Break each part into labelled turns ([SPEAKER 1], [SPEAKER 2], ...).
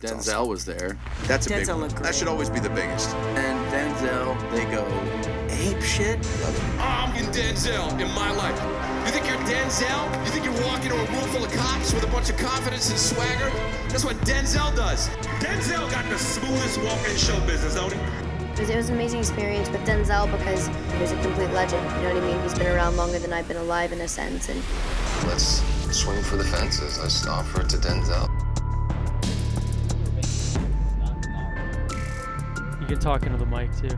[SPEAKER 1] Denzel
[SPEAKER 2] awesome.
[SPEAKER 1] was there.
[SPEAKER 2] That's a big one.
[SPEAKER 3] Denzel looked
[SPEAKER 2] That should
[SPEAKER 3] great.
[SPEAKER 2] always be the biggest.
[SPEAKER 1] And Denzel, they go ape shit.
[SPEAKER 4] I'm in Denzel in my life. You think you're Denzel? You think you walk into a room full of cops with a bunch of confidence and swagger? That's what Denzel does.
[SPEAKER 5] Denzel got the smoothest walk in show business, don't he?
[SPEAKER 6] It was, it was an amazing experience with Denzel because he was a complete legend. You know what I mean? He's been around longer than I've been alive in a sense. And
[SPEAKER 7] Let's swing for the fences. Let's offer it to Denzel.
[SPEAKER 8] You can talk into the mic too.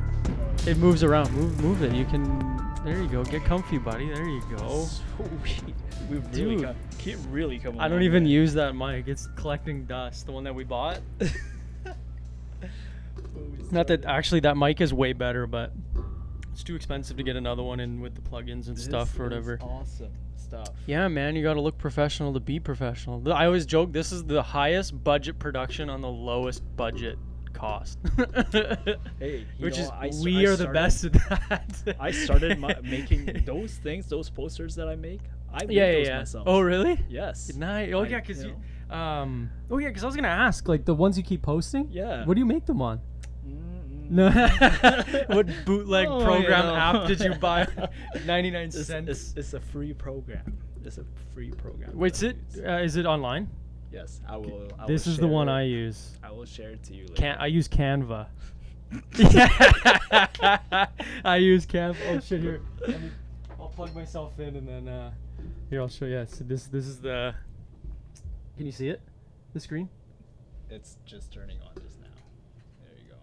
[SPEAKER 8] It moves around. Move, move it. You can. There you go. Get comfy, buddy. There you go.
[SPEAKER 9] Sweet. We've really
[SPEAKER 8] Dude.
[SPEAKER 9] come, can't really come. a
[SPEAKER 8] I don't
[SPEAKER 9] long
[SPEAKER 8] even
[SPEAKER 9] way.
[SPEAKER 8] use that mic. It's collecting dust. The one that we bought. Not that actually that mic is way better, but it's too expensive to get another one in with the plugins and
[SPEAKER 9] This
[SPEAKER 8] stuff
[SPEAKER 9] is
[SPEAKER 8] or whatever.
[SPEAKER 9] Awesome stuff.
[SPEAKER 8] Yeah, man, you gotta look professional to be professional. Th- I always joke this is the highest budget production on the lowest budget cost.
[SPEAKER 9] Hey, you
[SPEAKER 8] which
[SPEAKER 9] know,
[SPEAKER 8] is
[SPEAKER 9] I s-
[SPEAKER 8] we
[SPEAKER 9] I
[SPEAKER 8] are the
[SPEAKER 9] started-
[SPEAKER 8] best at that.
[SPEAKER 9] I started my, making those things, those posters that I make. I made
[SPEAKER 8] yeah, yeah,
[SPEAKER 9] those
[SPEAKER 8] yeah.
[SPEAKER 9] myself.
[SPEAKER 8] Oh, really?
[SPEAKER 9] Yes.
[SPEAKER 8] Nice. Oh
[SPEAKER 9] I-
[SPEAKER 8] yeah, cause
[SPEAKER 9] you
[SPEAKER 8] you, um. Oh yeah, cause I was gonna ask like the ones you keep posting.
[SPEAKER 9] Yeah.
[SPEAKER 8] What do you make them on?
[SPEAKER 9] Mm,
[SPEAKER 8] No.
[SPEAKER 9] mm.
[SPEAKER 8] what bootleg
[SPEAKER 9] Oh,
[SPEAKER 8] program
[SPEAKER 9] you know.
[SPEAKER 8] app did you buy? Ninety nine
[SPEAKER 9] It's,
[SPEAKER 8] cents.
[SPEAKER 9] it's, it's a free program. It's a free program. that
[SPEAKER 8] Wait, is
[SPEAKER 9] I
[SPEAKER 8] it?
[SPEAKER 9] use.
[SPEAKER 8] Uh, is it online?
[SPEAKER 9] Yes, I will. I
[SPEAKER 8] this
[SPEAKER 9] will
[SPEAKER 8] is the one
[SPEAKER 9] share
[SPEAKER 8] I
[SPEAKER 9] it.
[SPEAKER 8] use.
[SPEAKER 9] I will share it to you. Later.
[SPEAKER 8] Can I use Canva? Yeah. I use Canva. Oh shit! Here, let me, I'll plug myself in and then uh, here I'll show you. Yeah, so this this is the. Can you see it? The screen?
[SPEAKER 9] It's just turning on just now. There you go.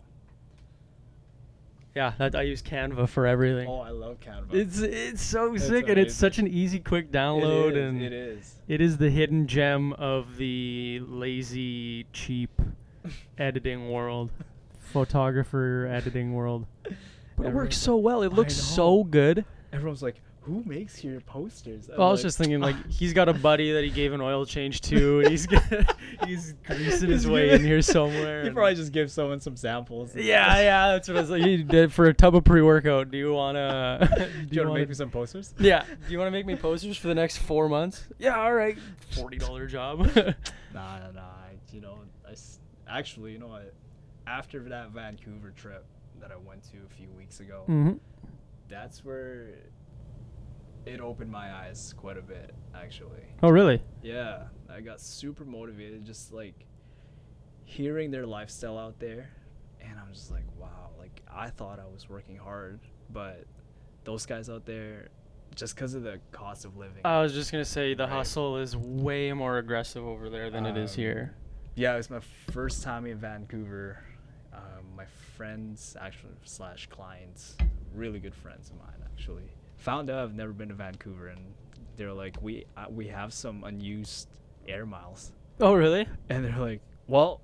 [SPEAKER 8] Yeah, that, I use Canva for everything.
[SPEAKER 9] Oh, I love Canva.
[SPEAKER 8] It's it's so
[SPEAKER 9] It's
[SPEAKER 8] sick and it's such an easy, quick
[SPEAKER 9] It
[SPEAKER 8] download
[SPEAKER 9] is,
[SPEAKER 8] and
[SPEAKER 9] it is.
[SPEAKER 8] it is the hidden gem of the lazy, cheap editing world, photographer editing world. But it works
[SPEAKER 9] Everyone's
[SPEAKER 8] so well. It
[SPEAKER 9] "I
[SPEAKER 8] looks so
[SPEAKER 9] know."
[SPEAKER 8] good.
[SPEAKER 9] Everyone's like, who makes your posters? I'm
[SPEAKER 8] Well, I was
[SPEAKER 9] like,
[SPEAKER 8] just thinking like he's got a buddy that he gave an oil change to, and he's gonna, he's greasing his
[SPEAKER 9] Just
[SPEAKER 8] way
[SPEAKER 9] give
[SPEAKER 8] in
[SPEAKER 9] it-
[SPEAKER 8] here somewhere.
[SPEAKER 9] He
[SPEAKER 8] and-
[SPEAKER 9] probably just gives someone some samples. and-
[SPEAKER 8] yeah, yeah, that's what I was like. You did for a tub of pre-workout. Do you wanna? do
[SPEAKER 9] Do you, want to make me some posters?
[SPEAKER 8] Yeah. Do you want to make me posters for the next four months? Yeah. All right. Forty dollar job. Mm-hmm.
[SPEAKER 9] Nah, nah, nah. I- You know, I s- actually, you know what? After that Vancouver trip that I went to a few weeks ago,
[SPEAKER 8] Mhm.
[SPEAKER 9] that's where it opened my eyes quite a bit, actually.
[SPEAKER 8] Oh really?
[SPEAKER 9] Yeah, I got super motivated just like hearing their lifestyle out there. And I'm just like, wow, like I thought I was working hard, but those guys out there, just because of the cost of living.
[SPEAKER 8] I was just gonna say the
[SPEAKER 9] Right.
[SPEAKER 8] hustle is way more aggressive over there than it is
[SPEAKER 9] Um,
[SPEAKER 8] here.
[SPEAKER 9] yeah, it was my first time in Vancouver. Um, my friends, actually, slash clients, really good friends of mine, actually, found out I've never been to Vancouver, and they're like, we uh, we have some unused air miles.
[SPEAKER 8] Oh really?
[SPEAKER 9] And they're like, "Well,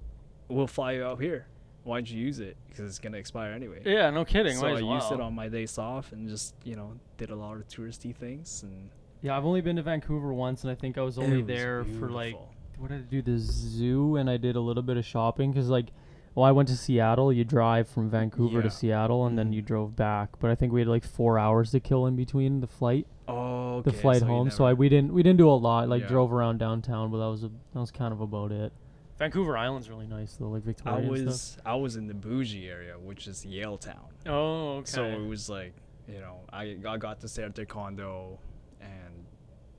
[SPEAKER 9] we'll fly you out here. Why don't you use it? Because it's gonna expire anyway."
[SPEAKER 8] Yeah. No kidding.
[SPEAKER 9] So
[SPEAKER 8] might
[SPEAKER 9] I
[SPEAKER 8] as
[SPEAKER 9] used it
[SPEAKER 8] well.
[SPEAKER 9] on my days off and just you know did a lot of touristy things and
[SPEAKER 8] Yeah, I've only been to Vancouver once, and I think I was only
[SPEAKER 9] was
[SPEAKER 8] there for like
[SPEAKER 9] beautiful.
[SPEAKER 8] what did I do? The zoo, and I did a little bit of shopping because like, well, I went to Seattle. You drive from Vancouver
[SPEAKER 9] Yeah. Mm-hmm.
[SPEAKER 8] to Seattle, and then you drove back. But I think we had like four hours to kill in between the flight,
[SPEAKER 9] oh
[SPEAKER 8] the flight home. So I we didn't we didn't do a lot. Like
[SPEAKER 9] Yeah.
[SPEAKER 8] drove around downtown, but that was a, that was kind of about it. Vancouver Island's really nice though, like
[SPEAKER 9] I
[SPEAKER 8] Victoria. and stuff.
[SPEAKER 9] was I was in the bougie area, which is Yale Town.
[SPEAKER 8] Oh, okay.
[SPEAKER 9] So it was like you know I I got to stay at their condo and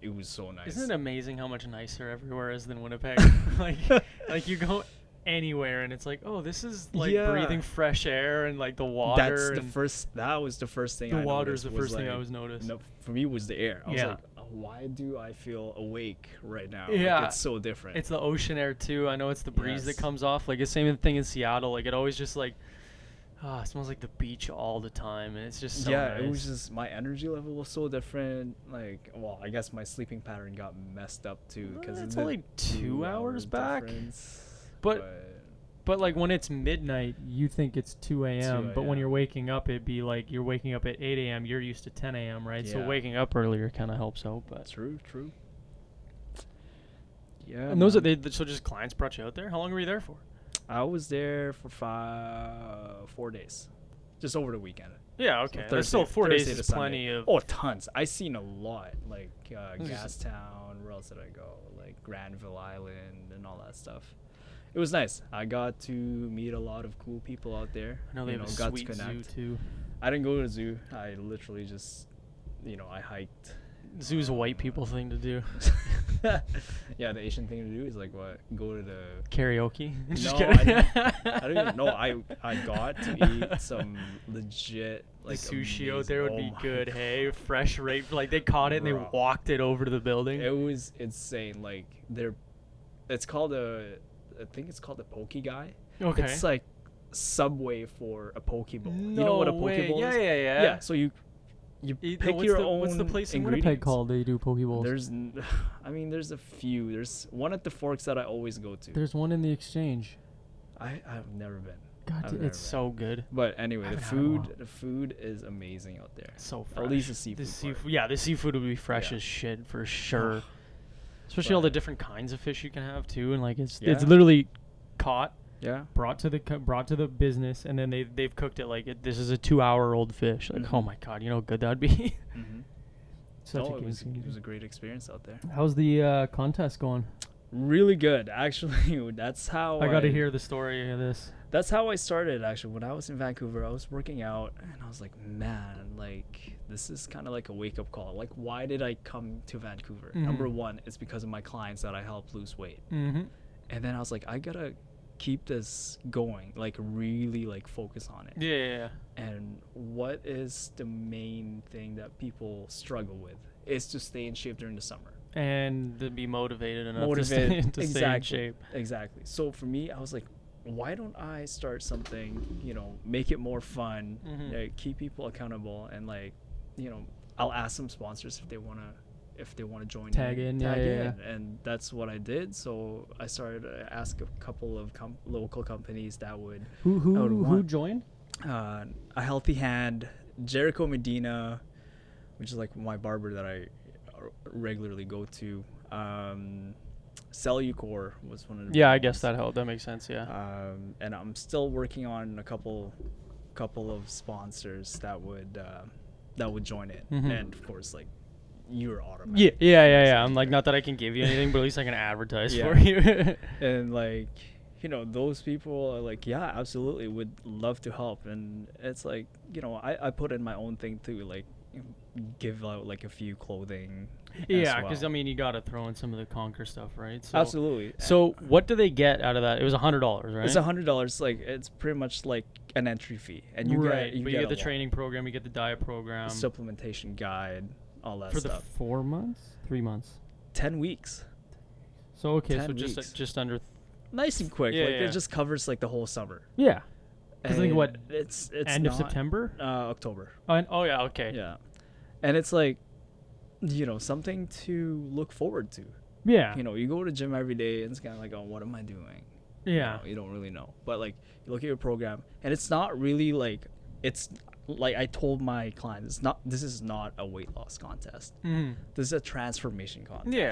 [SPEAKER 9] it was so nice.
[SPEAKER 8] Isn't it amazing how much nicer everywhere is than Winnipeg? like, like you go anywhere and it's like, oh, this is like
[SPEAKER 9] Yeah.
[SPEAKER 8] breathing fresh air and like the water.
[SPEAKER 9] That's the
[SPEAKER 8] and
[SPEAKER 9] first. That was the first thing.
[SPEAKER 8] The
[SPEAKER 9] I
[SPEAKER 8] water
[SPEAKER 9] noticed
[SPEAKER 8] is the first thing I
[SPEAKER 9] like-
[SPEAKER 8] always noticed.
[SPEAKER 9] No, for me it was the air. I
[SPEAKER 8] Yeah.
[SPEAKER 9] was like, "Uh, why do I feel awake right now?
[SPEAKER 8] Yeah.
[SPEAKER 9] like, it's so different.
[SPEAKER 8] It's the ocean air too. I know it's the breeze
[SPEAKER 9] Yes.
[SPEAKER 8] that comes off. Like the same thing in Seattle. Like it always just like, ah, it smells like the beach all the time, and it's just so
[SPEAKER 9] yeah, it
[SPEAKER 8] nice.
[SPEAKER 9] was just my energy level was so different. Like, well, I guess my sleeping pattern got messed up too because
[SPEAKER 8] Well, it's only two hours back. But- But like when it's midnight, you think it's 2 a.m. But when
[SPEAKER 9] 2
[SPEAKER 8] you're
[SPEAKER 9] a.m..
[SPEAKER 8] waking up, it'd be like you're waking up at 8 a.m. You're used to 10 a.m. Right? So
[SPEAKER 9] Yeah.
[SPEAKER 8] waking up earlier kind of helps out. But
[SPEAKER 9] true, true. Yeah,
[SPEAKER 8] and those are
[SPEAKER 9] man.
[SPEAKER 8] they. So just clients brought you out there. How long were you there for?
[SPEAKER 9] I was there for five, four days, just over the weekend.
[SPEAKER 8] Yeah,
[SPEAKER 9] So
[SPEAKER 8] okay. That's still four days
[SPEAKER 9] Thursday to
[SPEAKER 8] is
[SPEAKER 9] Sunday.
[SPEAKER 8] plenty of.
[SPEAKER 9] Oh, tons. I seen a lot, like uh,
[SPEAKER 8] This is-
[SPEAKER 9] Gastown. Where else did I go? Like Granville Island and all that stuff. it was nice. I got to meet a lot of cool people out there.
[SPEAKER 8] I know they
[SPEAKER 9] you
[SPEAKER 8] have a
[SPEAKER 9] got to
[SPEAKER 8] sweet zoo
[SPEAKER 9] connect.
[SPEAKER 8] too.
[SPEAKER 9] I didn't go to the zoo. I literally just, you know, I hiked.
[SPEAKER 8] Zoo's a white people thing to do.
[SPEAKER 9] yeah, the Asian thing to do is like what? Go to the.
[SPEAKER 8] Karaoke. Just
[SPEAKER 9] No,
[SPEAKER 8] kidding.
[SPEAKER 9] I didn't- I don't even know. I I got to eat some legit
[SPEAKER 8] The
[SPEAKER 9] like
[SPEAKER 8] sushi out
[SPEAKER 9] amazing-
[SPEAKER 8] there would
[SPEAKER 9] oh
[SPEAKER 8] be
[SPEAKER 9] my
[SPEAKER 8] good.
[SPEAKER 9] God.
[SPEAKER 8] Hey, fresh rape. Like they caught it and they
[SPEAKER 9] Bro.
[SPEAKER 8] walked it over to the building.
[SPEAKER 9] It was insane. Like they're, it's called a, I think it's called a poke guy.
[SPEAKER 8] okay.
[SPEAKER 9] It's like Subway for a Pokeball. you know what a
[SPEAKER 8] No way.
[SPEAKER 9] Pokeball
[SPEAKER 8] Yeah,
[SPEAKER 9] is?
[SPEAKER 8] yeah, yeah.
[SPEAKER 9] So you you
[SPEAKER 8] Eat-
[SPEAKER 9] pick
[SPEAKER 8] what's
[SPEAKER 9] your
[SPEAKER 8] the,
[SPEAKER 9] own.
[SPEAKER 8] What's the place in
[SPEAKER 9] ingredients.
[SPEAKER 8] Winnipeg called? They do pokeballs.
[SPEAKER 9] There's,
[SPEAKER 8] There's,
[SPEAKER 9] n- I mean, there's a few. There's one at the Forks that I always go to.
[SPEAKER 8] one in the exchange.
[SPEAKER 9] I I've never been.
[SPEAKER 8] God,
[SPEAKER 9] I've
[SPEAKER 8] dude,
[SPEAKER 9] never
[SPEAKER 8] it's so good.
[SPEAKER 9] But anyway, the
[SPEAKER 8] haven't had it in a while.
[SPEAKER 9] food the food is amazing out there.
[SPEAKER 8] So fresh.
[SPEAKER 9] At least the seafood.
[SPEAKER 8] The
[SPEAKER 9] part.
[SPEAKER 8] seafood, yeah, the seafood would be fresh
[SPEAKER 9] Yeah.
[SPEAKER 8] as shit for sure. Especially all the
[SPEAKER 9] But-
[SPEAKER 8] different kinds of fish you can have too, and like it's it's
[SPEAKER 9] Yeah.
[SPEAKER 8] literally caught,
[SPEAKER 9] Yeah.
[SPEAKER 8] brought to the co- brought to the business, and then they they've cooked it like it, this is a two hour old fish. Like oh my god, you know how good that'd be.
[SPEAKER 9] Mm-hmm. Oh,
[SPEAKER 8] Such a
[SPEAKER 9] it,
[SPEAKER 8] good
[SPEAKER 9] was, it was
[SPEAKER 8] experience.
[SPEAKER 9] a great experience out there.
[SPEAKER 8] How's the uh, contest going?
[SPEAKER 9] Really good, actually. That's how
[SPEAKER 8] Oh, I got to hear the story of this.
[SPEAKER 9] That's how I started actually. When I was in Vancouver, I was working out and I was like, man, like this is kind of like a wake up call. Like, why did I come to Vancouver? Number one, it's because of my clients that I help lose weight.
[SPEAKER 8] Mm-hmm.
[SPEAKER 9] And then I was like, I gotta keep this going, like really like focus on it.
[SPEAKER 8] Yeah, yeah, yeah.
[SPEAKER 9] And what is the main thing that people struggle with? Is to stay in shape during the summer.
[SPEAKER 8] and to be motivated enough to, stay,
[SPEAKER 9] Motivated.
[SPEAKER 8] to
[SPEAKER 9] exactly.
[SPEAKER 8] stay in shape.
[SPEAKER 9] Exactly. So for me, I was like, why don't I start something, you know, make it more fun,
[SPEAKER 8] Mm-hmm.
[SPEAKER 9] like, keep people accountable and like, you know, I'll ask some sponsors if they want to if they want to join
[SPEAKER 8] Tag in, yeah, yeah, yeah.
[SPEAKER 9] and that's what I did. So I started to ask a couple of com- local companies that would
[SPEAKER 8] Who who
[SPEAKER 9] I would want.
[SPEAKER 8] joined?
[SPEAKER 9] uh, a healthy hand, Jericho Medina, which is like my barber that I r- regularly go to. Um, Cellucor was one of the big
[SPEAKER 8] Yeah, I guess
[SPEAKER 9] ones.
[SPEAKER 8] that helped. That makes sense. Yeah.
[SPEAKER 9] Um, and I'm still working on a couple, couple of sponsors that would uh, that would join it,
[SPEAKER 8] Mm-hmm.
[SPEAKER 9] and of course like you're automatic.
[SPEAKER 8] Yeah, yeah, yeah, yeah. I'm like, not that I can give you anything, but at least I can advertise
[SPEAKER 9] Yeah.
[SPEAKER 8] for you.
[SPEAKER 9] and like you know those people are like yeah absolutely would love to help and it's like you know i, I put in my own thing too like give out like a few clothing as
[SPEAKER 8] yeah, because
[SPEAKER 9] well.
[SPEAKER 8] I mean, you gotta throw in some of the conquer stuff, right? So,
[SPEAKER 9] absolutely
[SPEAKER 8] So what do they get out of that? It was a hundred dollars, right?
[SPEAKER 9] it's a hundred dollars like it's pretty much like an entry fee and you
[SPEAKER 8] right.
[SPEAKER 9] get you
[SPEAKER 8] but
[SPEAKER 9] get,
[SPEAKER 8] you get
[SPEAKER 9] a
[SPEAKER 8] the
[SPEAKER 9] lot.
[SPEAKER 8] training program, you get the diet program
[SPEAKER 9] supplementation guide all that
[SPEAKER 8] for the
[SPEAKER 9] stuff
[SPEAKER 8] four months, three months.
[SPEAKER 9] 10 weeks
[SPEAKER 8] So okay, so
[SPEAKER 9] Ten
[SPEAKER 8] just
[SPEAKER 9] weeks.
[SPEAKER 8] just under.
[SPEAKER 9] nice and quick
[SPEAKER 8] Yeah,
[SPEAKER 9] like
[SPEAKER 8] yeah.
[SPEAKER 9] it just covers like the whole summer
[SPEAKER 8] yeah. Because like
[SPEAKER 9] And
[SPEAKER 8] what?
[SPEAKER 9] it's it's
[SPEAKER 8] End of
[SPEAKER 9] not-
[SPEAKER 8] September.
[SPEAKER 9] uh october
[SPEAKER 8] Oh, and, oh yeah. Okay.
[SPEAKER 9] Yeah. And it's like, you know, something to look forward to.
[SPEAKER 8] Yeah.
[SPEAKER 9] You know, you go to gym every day and it's kind of like, oh, what am I doing?
[SPEAKER 8] yeah.
[SPEAKER 9] You, know, you don't really know. But like, you look at your program and it's not really like, it's like I told my clients, it's not, this is not a weight loss contest.
[SPEAKER 8] Mhm.
[SPEAKER 9] This is a transformation contest.
[SPEAKER 8] Yeah.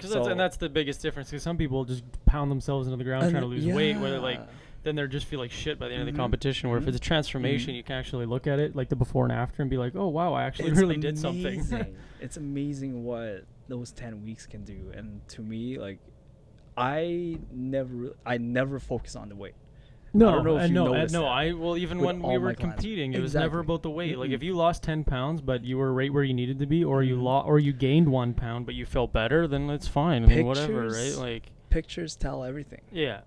[SPEAKER 8] Cause that's,
[SPEAKER 9] So-
[SPEAKER 8] and that's the biggest difference. Because some people just pound themselves into the ground
[SPEAKER 9] And
[SPEAKER 8] trying to lose weight, where they're like,
[SPEAKER 9] yeah.
[SPEAKER 8] then they are just feel like shit by the end
[SPEAKER 9] Mm-hmm.
[SPEAKER 8] of the competition. Where if it's a transformation, you can actually look at it like the before and after and be like, oh wow, I actually really did something.
[SPEAKER 9] amazing. it's amazing what those 10 weeks can do. And to me, like, I never, I never focus on the weight.
[SPEAKER 8] no,
[SPEAKER 9] don't know if
[SPEAKER 8] and
[SPEAKER 9] you
[SPEAKER 8] no, and
[SPEAKER 9] noticed
[SPEAKER 8] no.
[SPEAKER 9] that
[SPEAKER 8] I well, even
[SPEAKER 9] with
[SPEAKER 8] when we
[SPEAKER 9] all
[SPEAKER 8] were
[SPEAKER 9] my clients.
[SPEAKER 8] competing, it was never
[SPEAKER 9] Exactly.
[SPEAKER 8] about the weight. Like if you lost ten pounds, but you were right where you needed to be, or
[SPEAKER 9] Mm-hmm.
[SPEAKER 8] you lost, or you gained one pound, but you felt better, then it's fine. I mean, whatever, right?
[SPEAKER 9] Pictures.
[SPEAKER 8] Like
[SPEAKER 9] Pictures tell everything.
[SPEAKER 8] yeah,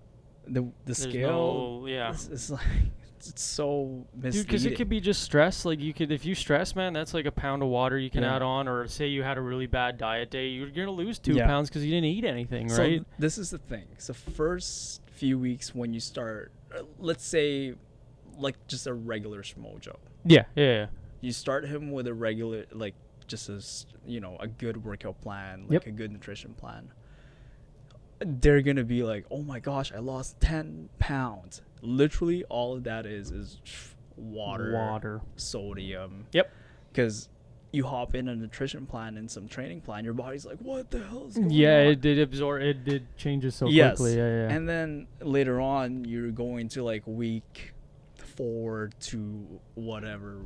[SPEAKER 9] the the
[SPEAKER 8] there's
[SPEAKER 9] scale
[SPEAKER 8] no yeah.
[SPEAKER 9] is, is like it's, it's so
[SPEAKER 8] Dude,
[SPEAKER 9] misleading.
[SPEAKER 8] because it could be just stress. Like you could, if you stress, man, that's like a pound of water you can
[SPEAKER 9] Yeah.
[SPEAKER 8] add on. Or say you had a really bad diet day, you're gonna lose two
[SPEAKER 9] Yeah.
[SPEAKER 8] pounds because you didn't eat anything,
[SPEAKER 9] so
[SPEAKER 8] right?
[SPEAKER 9] This is the thing. So first few weeks when you start, uh, let's say, like just a regular schmojo,
[SPEAKER 8] Yeah, yeah,
[SPEAKER 9] you start him with a regular like just as you know a good workout plan, like
[SPEAKER 8] Yep.
[SPEAKER 9] a good nutrition plan. They're gonna be like, oh my gosh, I lost ten pounds. Literally, all of that is is water,
[SPEAKER 8] Water.
[SPEAKER 9] sodium,
[SPEAKER 8] Yep.
[SPEAKER 9] because you hop in a nutrition plan and some training plan, your body's like, what the hell is going
[SPEAKER 8] Yeah,
[SPEAKER 9] on?
[SPEAKER 8] it did absorb. It did changes so
[SPEAKER 9] yes.
[SPEAKER 8] quickly. Yeah, yeah.
[SPEAKER 9] And then later on, you're going to like week four to whatever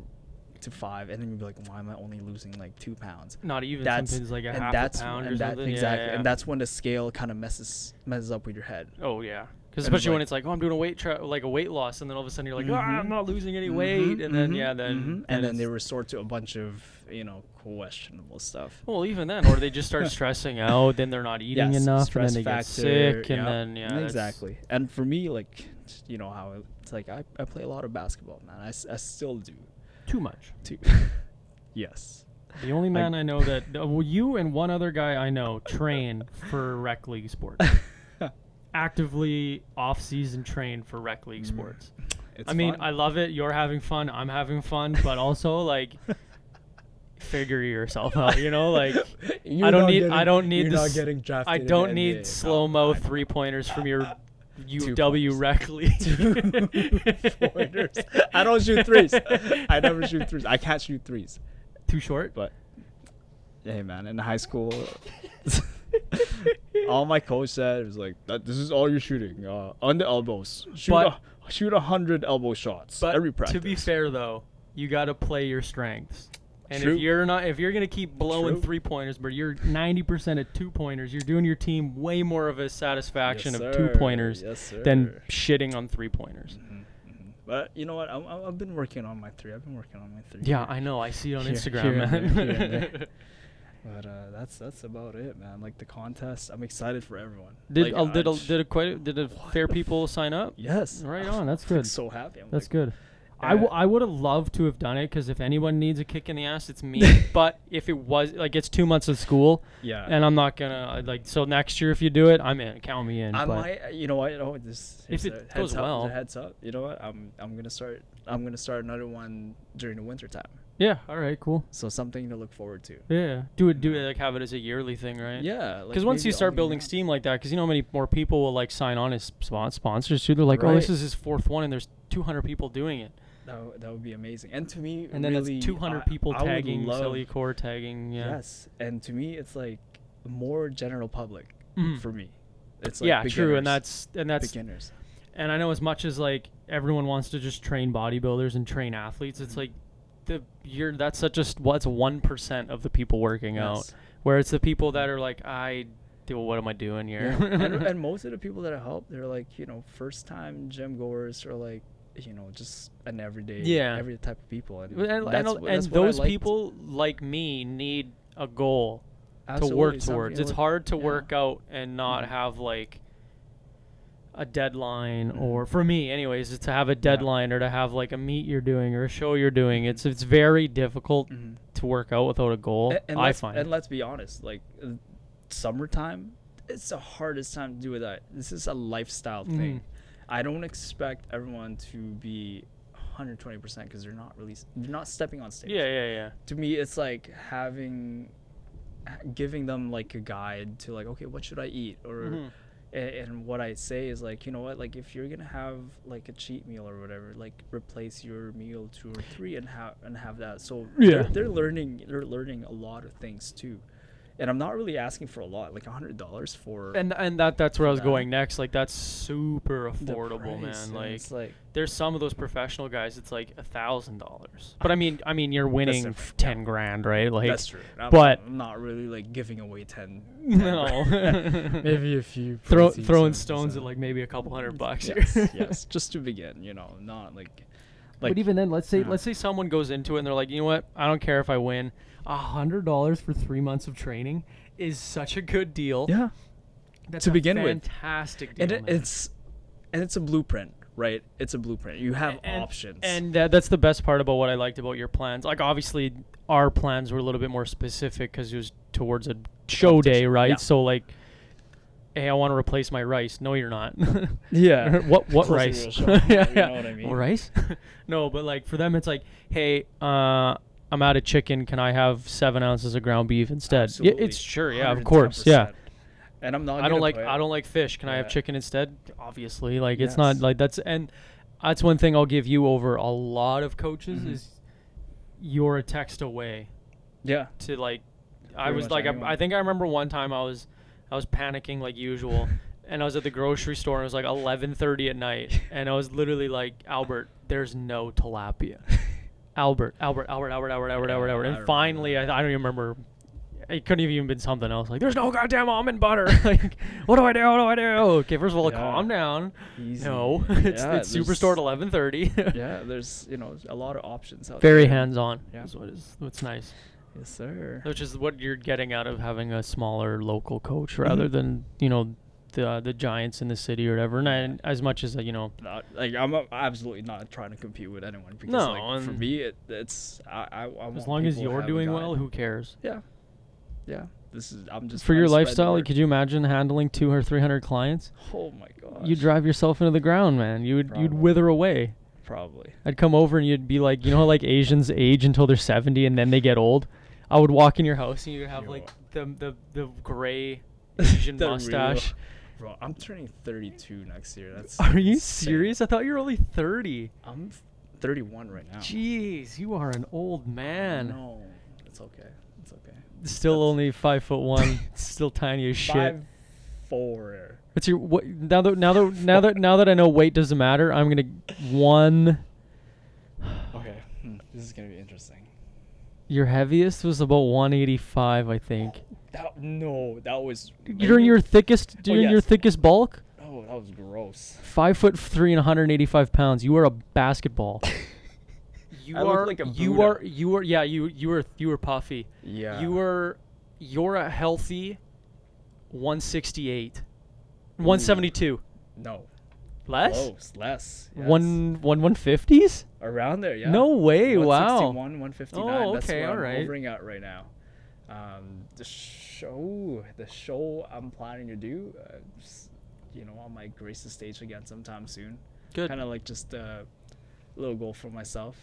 [SPEAKER 9] to five, and then you'll be like, why am I only losing like two pounds?
[SPEAKER 8] not even sometimes like a half a pound
[SPEAKER 9] and
[SPEAKER 8] or
[SPEAKER 9] that-
[SPEAKER 8] something. Yeah,
[SPEAKER 9] Exactly,
[SPEAKER 8] yeah.
[SPEAKER 9] and that's when the scale kind of messes messes up with your head.
[SPEAKER 8] oh yeah, 'Cause
[SPEAKER 9] And it's
[SPEAKER 8] especially when
[SPEAKER 9] like- Mm-hmm.
[SPEAKER 8] it's like, oh, I'm doing a weight tra- like a weight loss, and then all of a sudden you're like, ah, I'm not losing any weight, and then
[SPEAKER 9] Mhm,
[SPEAKER 8] yeah, then
[SPEAKER 9] mhm. and then
[SPEAKER 8] it's-
[SPEAKER 9] they resort to a bunch of you know questionable stuff.
[SPEAKER 8] Well, even then, or they just start stressing out, then they're not eating
[SPEAKER 9] Yes,
[SPEAKER 8] enough, and
[SPEAKER 9] stress
[SPEAKER 8] then they get
[SPEAKER 9] factor,
[SPEAKER 8] sick, and
[SPEAKER 9] yep,
[SPEAKER 8] then yeah, that's-
[SPEAKER 9] exactly. And for me, like you know how it's like I, I play a lot of basketball, man. I, s- I still do
[SPEAKER 8] too much.
[SPEAKER 9] too. yes.
[SPEAKER 8] The only man I, know that uh, well, you and one other guy I know train for rec league sports. Actively off-season train for rec league sports.
[SPEAKER 9] Mm. It's
[SPEAKER 8] I mean,
[SPEAKER 9] fun.
[SPEAKER 8] I love it. You're having fun. I'm having fun, but also like, figure yourself out. You know, like
[SPEAKER 2] You're
[SPEAKER 8] I don't
[SPEAKER 2] not
[SPEAKER 8] need. I
[SPEAKER 2] getting-
[SPEAKER 8] don't need
[SPEAKER 2] you're not
[SPEAKER 8] this.
[SPEAKER 2] getting drafted
[SPEAKER 8] I
[SPEAKER 2] in the
[SPEAKER 8] don't
[SPEAKER 2] NBA.
[SPEAKER 8] need slow mo three pointers from your UW rec league.
[SPEAKER 9] Pointers. I don't shoot threes. I never shoot threes. I can't shoot threes.
[SPEAKER 8] Too short.
[SPEAKER 9] But hey, man, in high school, all my coach said was like, "That- "This is all you're shooting uh, on the elbows. Shoot,
[SPEAKER 8] But-
[SPEAKER 9] a, shoot a hundred elbow shots
[SPEAKER 8] But
[SPEAKER 9] every practice."
[SPEAKER 8] to be fair though, you got to play your strengths. And
[SPEAKER 9] True.
[SPEAKER 8] if you're not, if you're gonna keep blowing
[SPEAKER 9] True.
[SPEAKER 8] three pointers, but you're 90% at two pointers, you're doing your team way more of a satisfaction
[SPEAKER 9] Yes,
[SPEAKER 8] of
[SPEAKER 9] sir.
[SPEAKER 8] two pointers
[SPEAKER 9] Yes,
[SPEAKER 8] than
[SPEAKER 9] sir.
[SPEAKER 8] shitting on three pointers.
[SPEAKER 9] but you know what? I'm, I'm- I've been working on my three. I've been working on my three.
[SPEAKER 8] Yeah, I know. I see it on
[SPEAKER 9] Here-
[SPEAKER 8] Instagram,
[SPEAKER 9] here and
[SPEAKER 8] man.
[SPEAKER 9] there, here and there. But uh, that's that's about it, man. Like the contest, I'm excited for everyone.
[SPEAKER 8] did
[SPEAKER 9] Like,
[SPEAKER 8] uh, did
[SPEAKER 9] I
[SPEAKER 8] a,
[SPEAKER 9] j-
[SPEAKER 8] did a quite did a fair people sign up?
[SPEAKER 9] yes?
[SPEAKER 8] Right
[SPEAKER 9] I'm
[SPEAKER 8] on. That's
[SPEAKER 9] like,
[SPEAKER 8] good.
[SPEAKER 9] so happy. I'm
[SPEAKER 8] That's
[SPEAKER 9] like,
[SPEAKER 8] good. I, w-
[SPEAKER 9] Uh,
[SPEAKER 8] I would have loved to have done it because if anyone needs a kick in the ass, it's me. but if it was like it's two months of school,
[SPEAKER 9] Yeah.
[SPEAKER 8] and I'm not gonna I, like. So next year, if you do it, I'm in. Count me in.
[SPEAKER 9] I
[SPEAKER 8] but
[SPEAKER 9] might, uh, you know what? You know, this
[SPEAKER 8] If
[SPEAKER 9] here's
[SPEAKER 8] it
[SPEAKER 9] a heads
[SPEAKER 8] goes
[SPEAKER 9] up,
[SPEAKER 8] well.
[SPEAKER 9] it's a heads up. You know what? I'm I'm gonna start. I'm gonna start another one during the winter time.
[SPEAKER 8] yeah. All right. Cool.
[SPEAKER 9] So something to look forward to.
[SPEAKER 8] Yeah. Do it. Do it. Like have it as a yearly thing, right?
[SPEAKER 9] Yeah,
[SPEAKER 8] Because once you start building steam like that, because you know how many more people will like sign on as spon- sponsors too. They're like, oh, this
[SPEAKER 9] Right.
[SPEAKER 8] is his fourth one, and there's 200 people doing it,
[SPEAKER 9] that, w- that would be amazing. And to me,
[SPEAKER 8] and then
[SPEAKER 9] really,
[SPEAKER 8] that's 200
[SPEAKER 9] I-
[SPEAKER 8] people
[SPEAKER 9] I would
[SPEAKER 8] tagging
[SPEAKER 9] love-
[SPEAKER 8] Silly Core tagging. Yeah.
[SPEAKER 9] Yes, and to me, it's like more general public
[SPEAKER 8] Mm.
[SPEAKER 9] for me. It's like
[SPEAKER 8] yeah. True.
[SPEAKER 9] beginners-
[SPEAKER 8] And that's and that's
[SPEAKER 9] beginners.
[SPEAKER 8] and I know as much as like everyone wants to just train bodybuilders and train athletes,
[SPEAKER 9] Mm-hmm.
[SPEAKER 8] it's like the you're that's such a s- what's one percent of the people working out,
[SPEAKER 9] Yes.
[SPEAKER 8] where it's the people that are like I, do what am I doing here?
[SPEAKER 9] Yeah. and, and most of the people that I help, they're like, you know, first time gym goers or like, you know, just an everyday,
[SPEAKER 8] Yeah.
[SPEAKER 9] every type of people. And,
[SPEAKER 8] and, and,
[SPEAKER 9] that's,
[SPEAKER 8] and
[SPEAKER 9] wh- that's what I
[SPEAKER 8] those
[SPEAKER 9] like
[SPEAKER 8] people like me need a goal to
[SPEAKER 9] Absolutely,
[SPEAKER 8] work
[SPEAKER 9] something
[SPEAKER 8] towards.
[SPEAKER 9] to
[SPEAKER 8] It's
[SPEAKER 9] work-
[SPEAKER 8] hard to
[SPEAKER 9] yeah.
[SPEAKER 8] work out and not have like a deadline or for me anyways it's to have a deadline or to have like a meet you're doing or a show you're doing it's it's very difficult to work out without Mm-hmm. a goal
[SPEAKER 9] A- and
[SPEAKER 8] i
[SPEAKER 9] let's-
[SPEAKER 8] find
[SPEAKER 9] And let's be honest, like uh, summertime, it's the hardest time to do with that. This is a lifestyle
[SPEAKER 8] Mm-hmm.
[SPEAKER 9] thing. I don't expect everyone to be 120 percent because they're not really s- they're not stepping on stage.
[SPEAKER 8] yeah yeah yeah
[SPEAKER 9] To me, it's like having h- giving them like a guide to like okay what should i eat or
[SPEAKER 8] Mm-hmm.
[SPEAKER 9] a- and, what i say is like you know what like if you're gonna have like a cheat meal or whatever like replace your meal two or three and have and have that so
[SPEAKER 8] Yeah.
[SPEAKER 9] they're, they're learning they're learning a lot of things too and i'm not really asking for a lot like a hundred dollars for
[SPEAKER 8] and and that that's where i was
[SPEAKER 9] that.
[SPEAKER 8] going next like that's super
[SPEAKER 9] the
[SPEAKER 8] affordable
[SPEAKER 9] price,
[SPEAKER 8] man
[SPEAKER 9] and
[SPEAKER 8] like
[SPEAKER 9] it's like
[SPEAKER 8] there's some of those professional guys it's like a thousand dollars but i mean i mean you're winning
[SPEAKER 9] different, yeah.
[SPEAKER 8] 10 grand right like
[SPEAKER 9] that's true I'm,
[SPEAKER 8] but-
[SPEAKER 9] i'm not really like giving away 10
[SPEAKER 8] no
[SPEAKER 2] Maybe a few.
[SPEAKER 8] Throw,
[SPEAKER 2] preseason
[SPEAKER 8] throwing stones at
[SPEAKER 2] or
[SPEAKER 8] like maybe a couple hundred bucks here.
[SPEAKER 9] yes, yes just to begin you know not like like
[SPEAKER 8] but even then, let's say let's say someone goes into it and they're like, you know what, I don't care if I win. A hundred dollars for three months of training is such a good deal.
[SPEAKER 9] yeah
[SPEAKER 8] That's
[SPEAKER 9] to
[SPEAKER 8] a
[SPEAKER 9] begin with.
[SPEAKER 8] fantastic
[SPEAKER 9] and
[SPEAKER 8] deal.
[SPEAKER 9] it,
[SPEAKER 8] man.
[SPEAKER 9] it's and it's a blueprint right it's a blueprint you have
[SPEAKER 8] and,
[SPEAKER 9] options
[SPEAKER 8] And that, that's the best part about what I liked about your plans. Like obviously, our plans were a little bit more specific because it was towards a show day,
[SPEAKER 9] Competition,
[SPEAKER 8] right?
[SPEAKER 9] yeah.
[SPEAKER 8] So like, hey, I want to replace my rice. No, you're not.
[SPEAKER 9] Yeah.
[SPEAKER 8] what what
[SPEAKER 9] Closer to
[SPEAKER 8] rice?
[SPEAKER 9] a show, you know what I mean?
[SPEAKER 8] Rice? no, but like for them, it's like, hey, uh, I'm out of chicken. Can I have seven ounces of ground beef instead? Yeah,
[SPEAKER 9] Absolutely.
[SPEAKER 8] it's sure. Yeah, of course. Yeah.
[SPEAKER 9] 110%. and i'm not
[SPEAKER 8] I don't
[SPEAKER 9] gonna
[SPEAKER 8] like
[SPEAKER 9] put-
[SPEAKER 8] I don't like fish. Can I have
[SPEAKER 9] Yeah.
[SPEAKER 8] chicken instead? Obviously, like it's not
[SPEAKER 9] Yes.
[SPEAKER 8] like that's and that's one thing I'll give you over a lot of coaches
[SPEAKER 9] Mm-hmm.
[SPEAKER 8] is you're a text away
[SPEAKER 9] yeah
[SPEAKER 8] to like I
[SPEAKER 9] Pretty
[SPEAKER 8] was
[SPEAKER 9] much
[SPEAKER 8] like
[SPEAKER 9] anyone.
[SPEAKER 8] I, I think I remember one time I was I was panicking like usual and I was at the grocery store and it was like 11:30 at night and I was literally like Albert there's no tilapia. Albert, Albert, Albert, Albert, Albert, Albert, Albert, Albert.
[SPEAKER 9] I
[SPEAKER 8] And
[SPEAKER 9] remember
[SPEAKER 8] finally I, I don't even remember it could have even been something else. Like, there's no goddamn almond butter. like, what do I do? What do I do? Okay, first of all,
[SPEAKER 9] Yeah.
[SPEAKER 8] calm down.
[SPEAKER 9] Easy.
[SPEAKER 8] No, it's,
[SPEAKER 9] Yeah,
[SPEAKER 8] it's Superstore at
[SPEAKER 9] there's-
[SPEAKER 8] 11:30.
[SPEAKER 9] Yeah, there's you know a lot of options out
[SPEAKER 8] Very
[SPEAKER 9] there.
[SPEAKER 8] hands-on.
[SPEAKER 9] Yeah.
[SPEAKER 8] Is what is what's nice,
[SPEAKER 9] Yes, sir.
[SPEAKER 8] which is what you're getting out of having a smaller local coach rather than you know the the giants in the city or whatever. And I, as much as uh, you know,
[SPEAKER 9] Not like I'm uh, absolutely not trying to compete with anyone because
[SPEAKER 8] No,
[SPEAKER 9] like, for
[SPEAKER 8] and-
[SPEAKER 9] me it, it's I, I, I want
[SPEAKER 8] as long as
[SPEAKER 9] people to
[SPEAKER 8] you're
[SPEAKER 9] have a
[SPEAKER 8] doing
[SPEAKER 9] guide.
[SPEAKER 8] well, who cares?
[SPEAKER 9] yeah, yeah. This is I'm just
[SPEAKER 8] For
[SPEAKER 9] trying
[SPEAKER 8] your
[SPEAKER 9] to spread the
[SPEAKER 8] lifestyle, like,
[SPEAKER 9] word.
[SPEAKER 8] could you imagine handling two or three hundred clients?
[SPEAKER 9] oh my god,
[SPEAKER 8] You'd drive yourself into the ground, man. You would you'd
[SPEAKER 9] Probably.
[SPEAKER 8] wither away.
[SPEAKER 9] probably.
[SPEAKER 8] I'd come over and you'd be like, you know how like Asians age until they're 70 and then they get old? I would walk in your house and you'd have
[SPEAKER 9] Yo.
[SPEAKER 8] like the the the gray Asian
[SPEAKER 9] The real-
[SPEAKER 8] mustache.
[SPEAKER 9] Bro, I'm turning 32 next year. That's
[SPEAKER 8] Are you
[SPEAKER 9] insane.
[SPEAKER 8] serious? I thought you were only 30.
[SPEAKER 9] I'm 31 right now.
[SPEAKER 8] Jeez, you are an old man.
[SPEAKER 9] No, it's okay. It's okay.
[SPEAKER 8] Still
[SPEAKER 9] That's-
[SPEAKER 8] only five foot one. still tiny as shit.
[SPEAKER 9] Five, four.
[SPEAKER 8] What's your what? Now that now that now that now that I know weight doesn't matter, I'm gonna one.
[SPEAKER 9] Okay, hmm, this is gonna be interesting.
[SPEAKER 8] Your heaviest was about 185, I think.
[SPEAKER 9] That no, that was
[SPEAKER 8] During your thickest, during your
[SPEAKER 9] Oh, yes.
[SPEAKER 8] thickest bulk.
[SPEAKER 9] Oh, that was gross.
[SPEAKER 8] five foot three and 185 pounds. You are a basketball. you
[SPEAKER 9] I look
[SPEAKER 8] are
[SPEAKER 9] like a
[SPEAKER 8] you
[SPEAKER 9] Buddha.
[SPEAKER 8] are you are yeah you you were you were puffy.
[SPEAKER 9] Yeah.
[SPEAKER 8] You were you're a healthy 168, 172
[SPEAKER 9] no
[SPEAKER 8] less
[SPEAKER 9] close less yes.
[SPEAKER 8] one one 150s.
[SPEAKER 9] around there. Yeah.
[SPEAKER 8] No way! Wow.
[SPEAKER 9] 161, 159.
[SPEAKER 8] Oh,
[SPEAKER 9] That's
[SPEAKER 8] okay,
[SPEAKER 9] what I'm
[SPEAKER 8] alright.
[SPEAKER 9] hovering at right now. Um, the show, the show I'm planning to do, uh, s- you know, I might grace the stage again sometime soon.
[SPEAKER 8] Good.
[SPEAKER 9] Kind of like just a little goal for myself.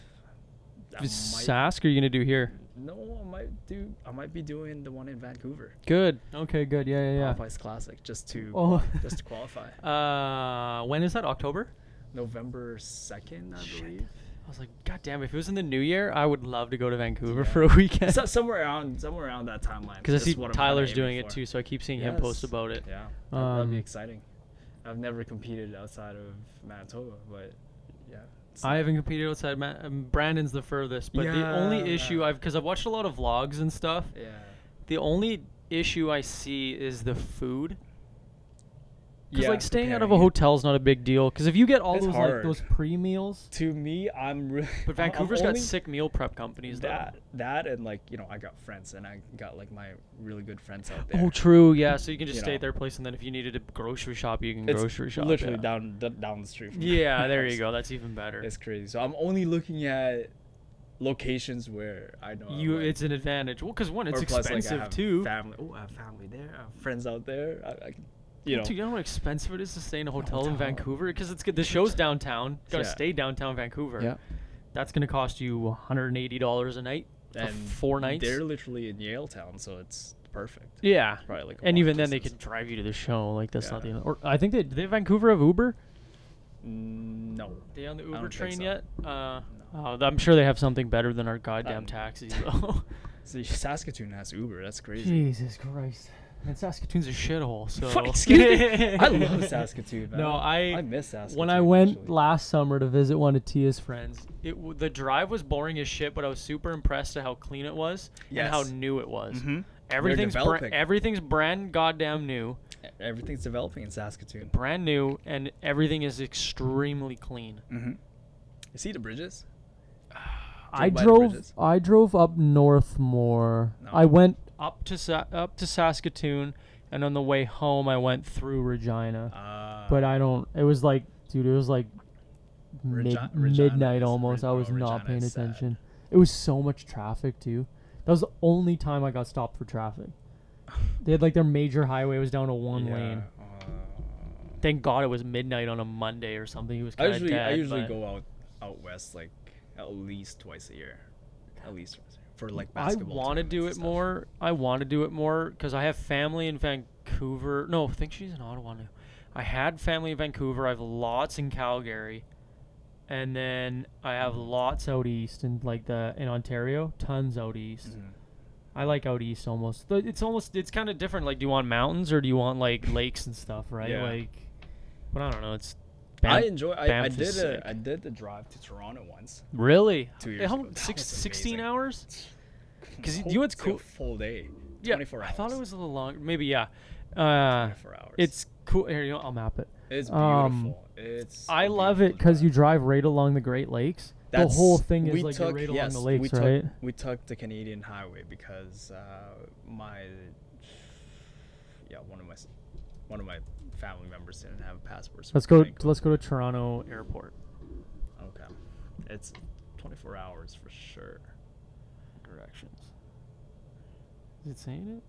[SPEAKER 9] I might,
[SPEAKER 8] Sask, are you gonna do here?
[SPEAKER 9] no, I might do. I might be doing the one in Vancouver,
[SPEAKER 8] Good. Okay. Good. Yeah. Yeah. Yeah.
[SPEAKER 9] Popeye's Classic, just to
[SPEAKER 8] Oh.
[SPEAKER 9] just to qualify.
[SPEAKER 8] Uh, when is that? October.
[SPEAKER 9] November second, I believe.
[SPEAKER 8] I was like, God damn! If it was in the new year, I would love to go to Vancouver for a weekend.
[SPEAKER 9] So, somewhere around somewhere around that timeline.
[SPEAKER 8] Because I
[SPEAKER 9] That's
[SPEAKER 8] see
[SPEAKER 9] what I'm kinda
[SPEAKER 8] Tyler's
[SPEAKER 9] aiming
[SPEAKER 8] doing it
[SPEAKER 9] for.
[SPEAKER 8] too, so I keep seeing him post
[SPEAKER 9] Yes.
[SPEAKER 8] about it.
[SPEAKER 9] Yeah, that- that'd
[SPEAKER 8] Um,
[SPEAKER 9] be exciting. I've never competed outside of Manitoba, but yeah, it's-
[SPEAKER 8] I haven't competed outside. Man- um, Brandon's the furthest, but the
[SPEAKER 9] Yeah.
[SPEAKER 8] only issue I've because I've watched a lot of vlogs and stuff.
[SPEAKER 9] yeah,
[SPEAKER 8] The only issue I see is the food. Because
[SPEAKER 9] Yeah,
[SPEAKER 8] like staying out of a
[SPEAKER 9] preparing it.
[SPEAKER 8] hotel is not a big deal. Because if you get all
[SPEAKER 9] It's
[SPEAKER 8] those like
[SPEAKER 9] hard.
[SPEAKER 8] those pre meals,
[SPEAKER 9] To me, I'm really.
[SPEAKER 8] but Vancouver's got sick meal prep companies
[SPEAKER 9] That that and like you know, I got friends and I got like my really good friends out
[SPEAKER 8] though.
[SPEAKER 9] there.
[SPEAKER 8] Oh, true. Yeah, so you can just
[SPEAKER 9] You
[SPEAKER 8] stay
[SPEAKER 9] know.
[SPEAKER 8] at their place, and then if you needed to grocery shop, you can
[SPEAKER 9] It's
[SPEAKER 8] grocery shop.
[SPEAKER 9] Literally
[SPEAKER 8] yeah.
[SPEAKER 9] down d- down the street. From my
[SPEAKER 8] Yeah, there you
[SPEAKER 9] house.
[SPEAKER 8] go. That's even better.
[SPEAKER 9] It's crazy. So I'm only looking at locations where I know I'm,
[SPEAKER 8] You,
[SPEAKER 9] like-
[SPEAKER 8] it's an advantage. Well, because one, it's
[SPEAKER 9] or plus, like, I
[SPEAKER 8] expensive
[SPEAKER 9] have
[SPEAKER 8] too.
[SPEAKER 9] Family. Oh, I have family there. I have friends out there. I, I can, you know.
[SPEAKER 8] Dude, you know how expensive it is to stay in a hotel, in
[SPEAKER 9] Downtown.
[SPEAKER 8] Vancouver? Because it's good. The show's downtown. Gotta
[SPEAKER 9] Yeah.
[SPEAKER 8] stay downtown Vancouver. That's gonna cost you 180 dollars a night for
[SPEAKER 9] and
[SPEAKER 8] four nights.
[SPEAKER 9] They're literally in Yale Town, so it's perfect.
[SPEAKER 8] Yeah.
[SPEAKER 9] Probably like. a
[SPEAKER 8] And
[SPEAKER 9] walk
[SPEAKER 8] even then, they could
[SPEAKER 9] distance.
[SPEAKER 8] drive you to the show. Like that's not the
[SPEAKER 9] Yeah.
[SPEAKER 8] end. Or I think they did they Vancouver have Uber.
[SPEAKER 9] Mm, no.
[SPEAKER 8] They on the
[SPEAKER 9] don't
[SPEAKER 8] Uber
[SPEAKER 9] think
[SPEAKER 8] train
[SPEAKER 9] so.
[SPEAKER 8] yet? Uh, oh, I'm sure they have something better than our goddamn
[SPEAKER 9] Um,
[SPEAKER 8] taxis though.
[SPEAKER 9] See, Saskatoon has Uber. That's crazy.
[SPEAKER 8] Jesus Christ. And Saskatoon's a shithole. So
[SPEAKER 9] Fuck, excuse me. I love Saskatoon. Man.
[SPEAKER 8] No, I
[SPEAKER 9] I miss Saskatoon.
[SPEAKER 8] When I went
[SPEAKER 9] actually.
[SPEAKER 8] last summer to visit one of Tia's friends, it w- the drive was boring as shit, but I was super impressed at how clean it was and how
[SPEAKER 9] Yes. Mm-hmm.
[SPEAKER 8] new it was. Everything's bra-
[SPEAKER 9] developing.
[SPEAKER 8] everything's brand goddamn new,
[SPEAKER 9] everything's developing in Saskatoon.
[SPEAKER 8] brand new, and everything is extremely clean.
[SPEAKER 9] You see the bridges? by
[SPEAKER 8] I
[SPEAKER 9] the
[SPEAKER 8] drove.
[SPEAKER 9] bridges.
[SPEAKER 8] I drove up north more.
[SPEAKER 9] No.
[SPEAKER 8] I went up to Sa- up to Saskatoon, and on the way home, I went through Regina.
[SPEAKER 9] Uh,
[SPEAKER 8] but I don't. It was like, dude, it was like mid,
[SPEAKER 9] Regi- Regina
[SPEAKER 8] midnight
[SPEAKER 9] is-
[SPEAKER 8] almost.
[SPEAKER 9] Reg-
[SPEAKER 8] I
[SPEAKER 9] oh,
[SPEAKER 8] was not
[SPEAKER 9] Regina
[SPEAKER 8] paying
[SPEAKER 9] is sad.
[SPEAKER 8] attention. It was so much traffic too. That was the only time I got stopped for traffic. They had like their major highway was down to one
[SPEAKER 9] yeah,
[SPEAKER 8] lane.
[SPEAKER 9] uh,
[SPEAKER 8] Thank God it was midnight on a Monday or something. It was
[SPEAKER 9] I
[SPEAKER 8] kind of
[SPEAKER 9] usually
[SPEAKER 8] dead.
[SPEAKER 9] I usually
[SPEAKER 8] but-
[SPEAKER 9] go out out west like at least twice a year, at least twice a year, for like
[SPEAKER 8] I
[SPEAKER 9] basketball.
[SPEAKER 8] want to
[SPEAKER 9] tournaments
[SPEAKER 8] do
[SPEAKER 9] and
[SPEAKER 8] it
[SPEAKER 9] stuff.
[SPEAKER 8] more. I want to do it more because I have family in Vancouver. No, I think she's in Ottawa now. I had family in Vancouver. I have lots in Calgary, and then I have
[SPEAKER 9] Mm-hmm.
[SPEAKER 8] lots out east and like the in Ontario, tons out east.
[SPEAKER 9] Mm-hmm.
[SPEAKER 8] I like out east almost. Th- It's almost it's kind of different. Like, do you want mountains or do you want like lakes and stuff? Right?
[SPEAKER 9] Yeah.
[SPEAKER 8] Like, but I don't know. It's.
[SPEAKER 9] I
[SPEAKER 8] Banff-
[SPEAKER 9] enjoy. I, I
[SPEAKER 8] Banff
[SPEAKER 9] did
[SPEAKER 8] is
[SPEAKER 9] a,
[SPEAKER 8] sick.
[SPEAKER 9] I did the drive to Toronto once.
[SPEAKER 8] Really?
[SPEAKER 9] Two
[SPEAKER 8] Eh,
[SPEAKER 9] years
[SPEAKER 8] how-
[SPEAKER 9] ago. That
[SPEAKER 8] six-
[SPEAKER 9] was
[SPEAKER 8] 16
[SPEAKER 9] amazing.
[SPEAKER 8] hours? Because you know
[SPEAKER 9] Whole-
[SPEAKER 8] what's
[SPEAKER 9] it's like a
[SPEAKER 8] cool?
[SPEAKER 9] full day.
[SPEAKER 8] Yeah,
[SPEAKER 9] 24 hours.
[SPEAKER 8] I thought it was a little long. Maybe yeah. Uh,
[SPEAKER 9] 24 hours.
[SPEAKER 8] it's cool. Here, you know, I'll map it.
[SPEAKER 9] it's beautiful.
[SPEAKER 8] um,
[SPEAKER 9] it's.
[SPEAKER 8] I
[SPEAKER 9] a
[SPEAKER 8] love it
[SPEAKER 9] beautiful
[SPEAKER 8] because you
[SPEAKER 9] drive.
[SPEAKER 8] drive right along the Great Lakes. the whole thing is
[SPEAKER 9] we
[SPEAKER 8] like you're
[SPEAKER 9] took-
[SPEAKER 8] right
[SPEAKER 9] yes,
[SPEAKER 8] along the
[SPEAKER 9] we
[SPEAKER 8] lakes,
[SPEAKER 9] took,
[SPEAKER 8] right?
[SPEAKER 9] We took the Canadian highway because uh, my yeah one of my s- one of my family members didn't have a passport. So
[SPEAKER 8] Let's
[SPEAKER 9] we
[SPEAKER 8] go.
[SPEAKER 9] couldn't
[SPEAKER 8] Let's go to Toronto Airport.
[SPEAKER 9] Okay, it's 24 hours for sure.
[SPEAKER 8] Directions. Is it saying it?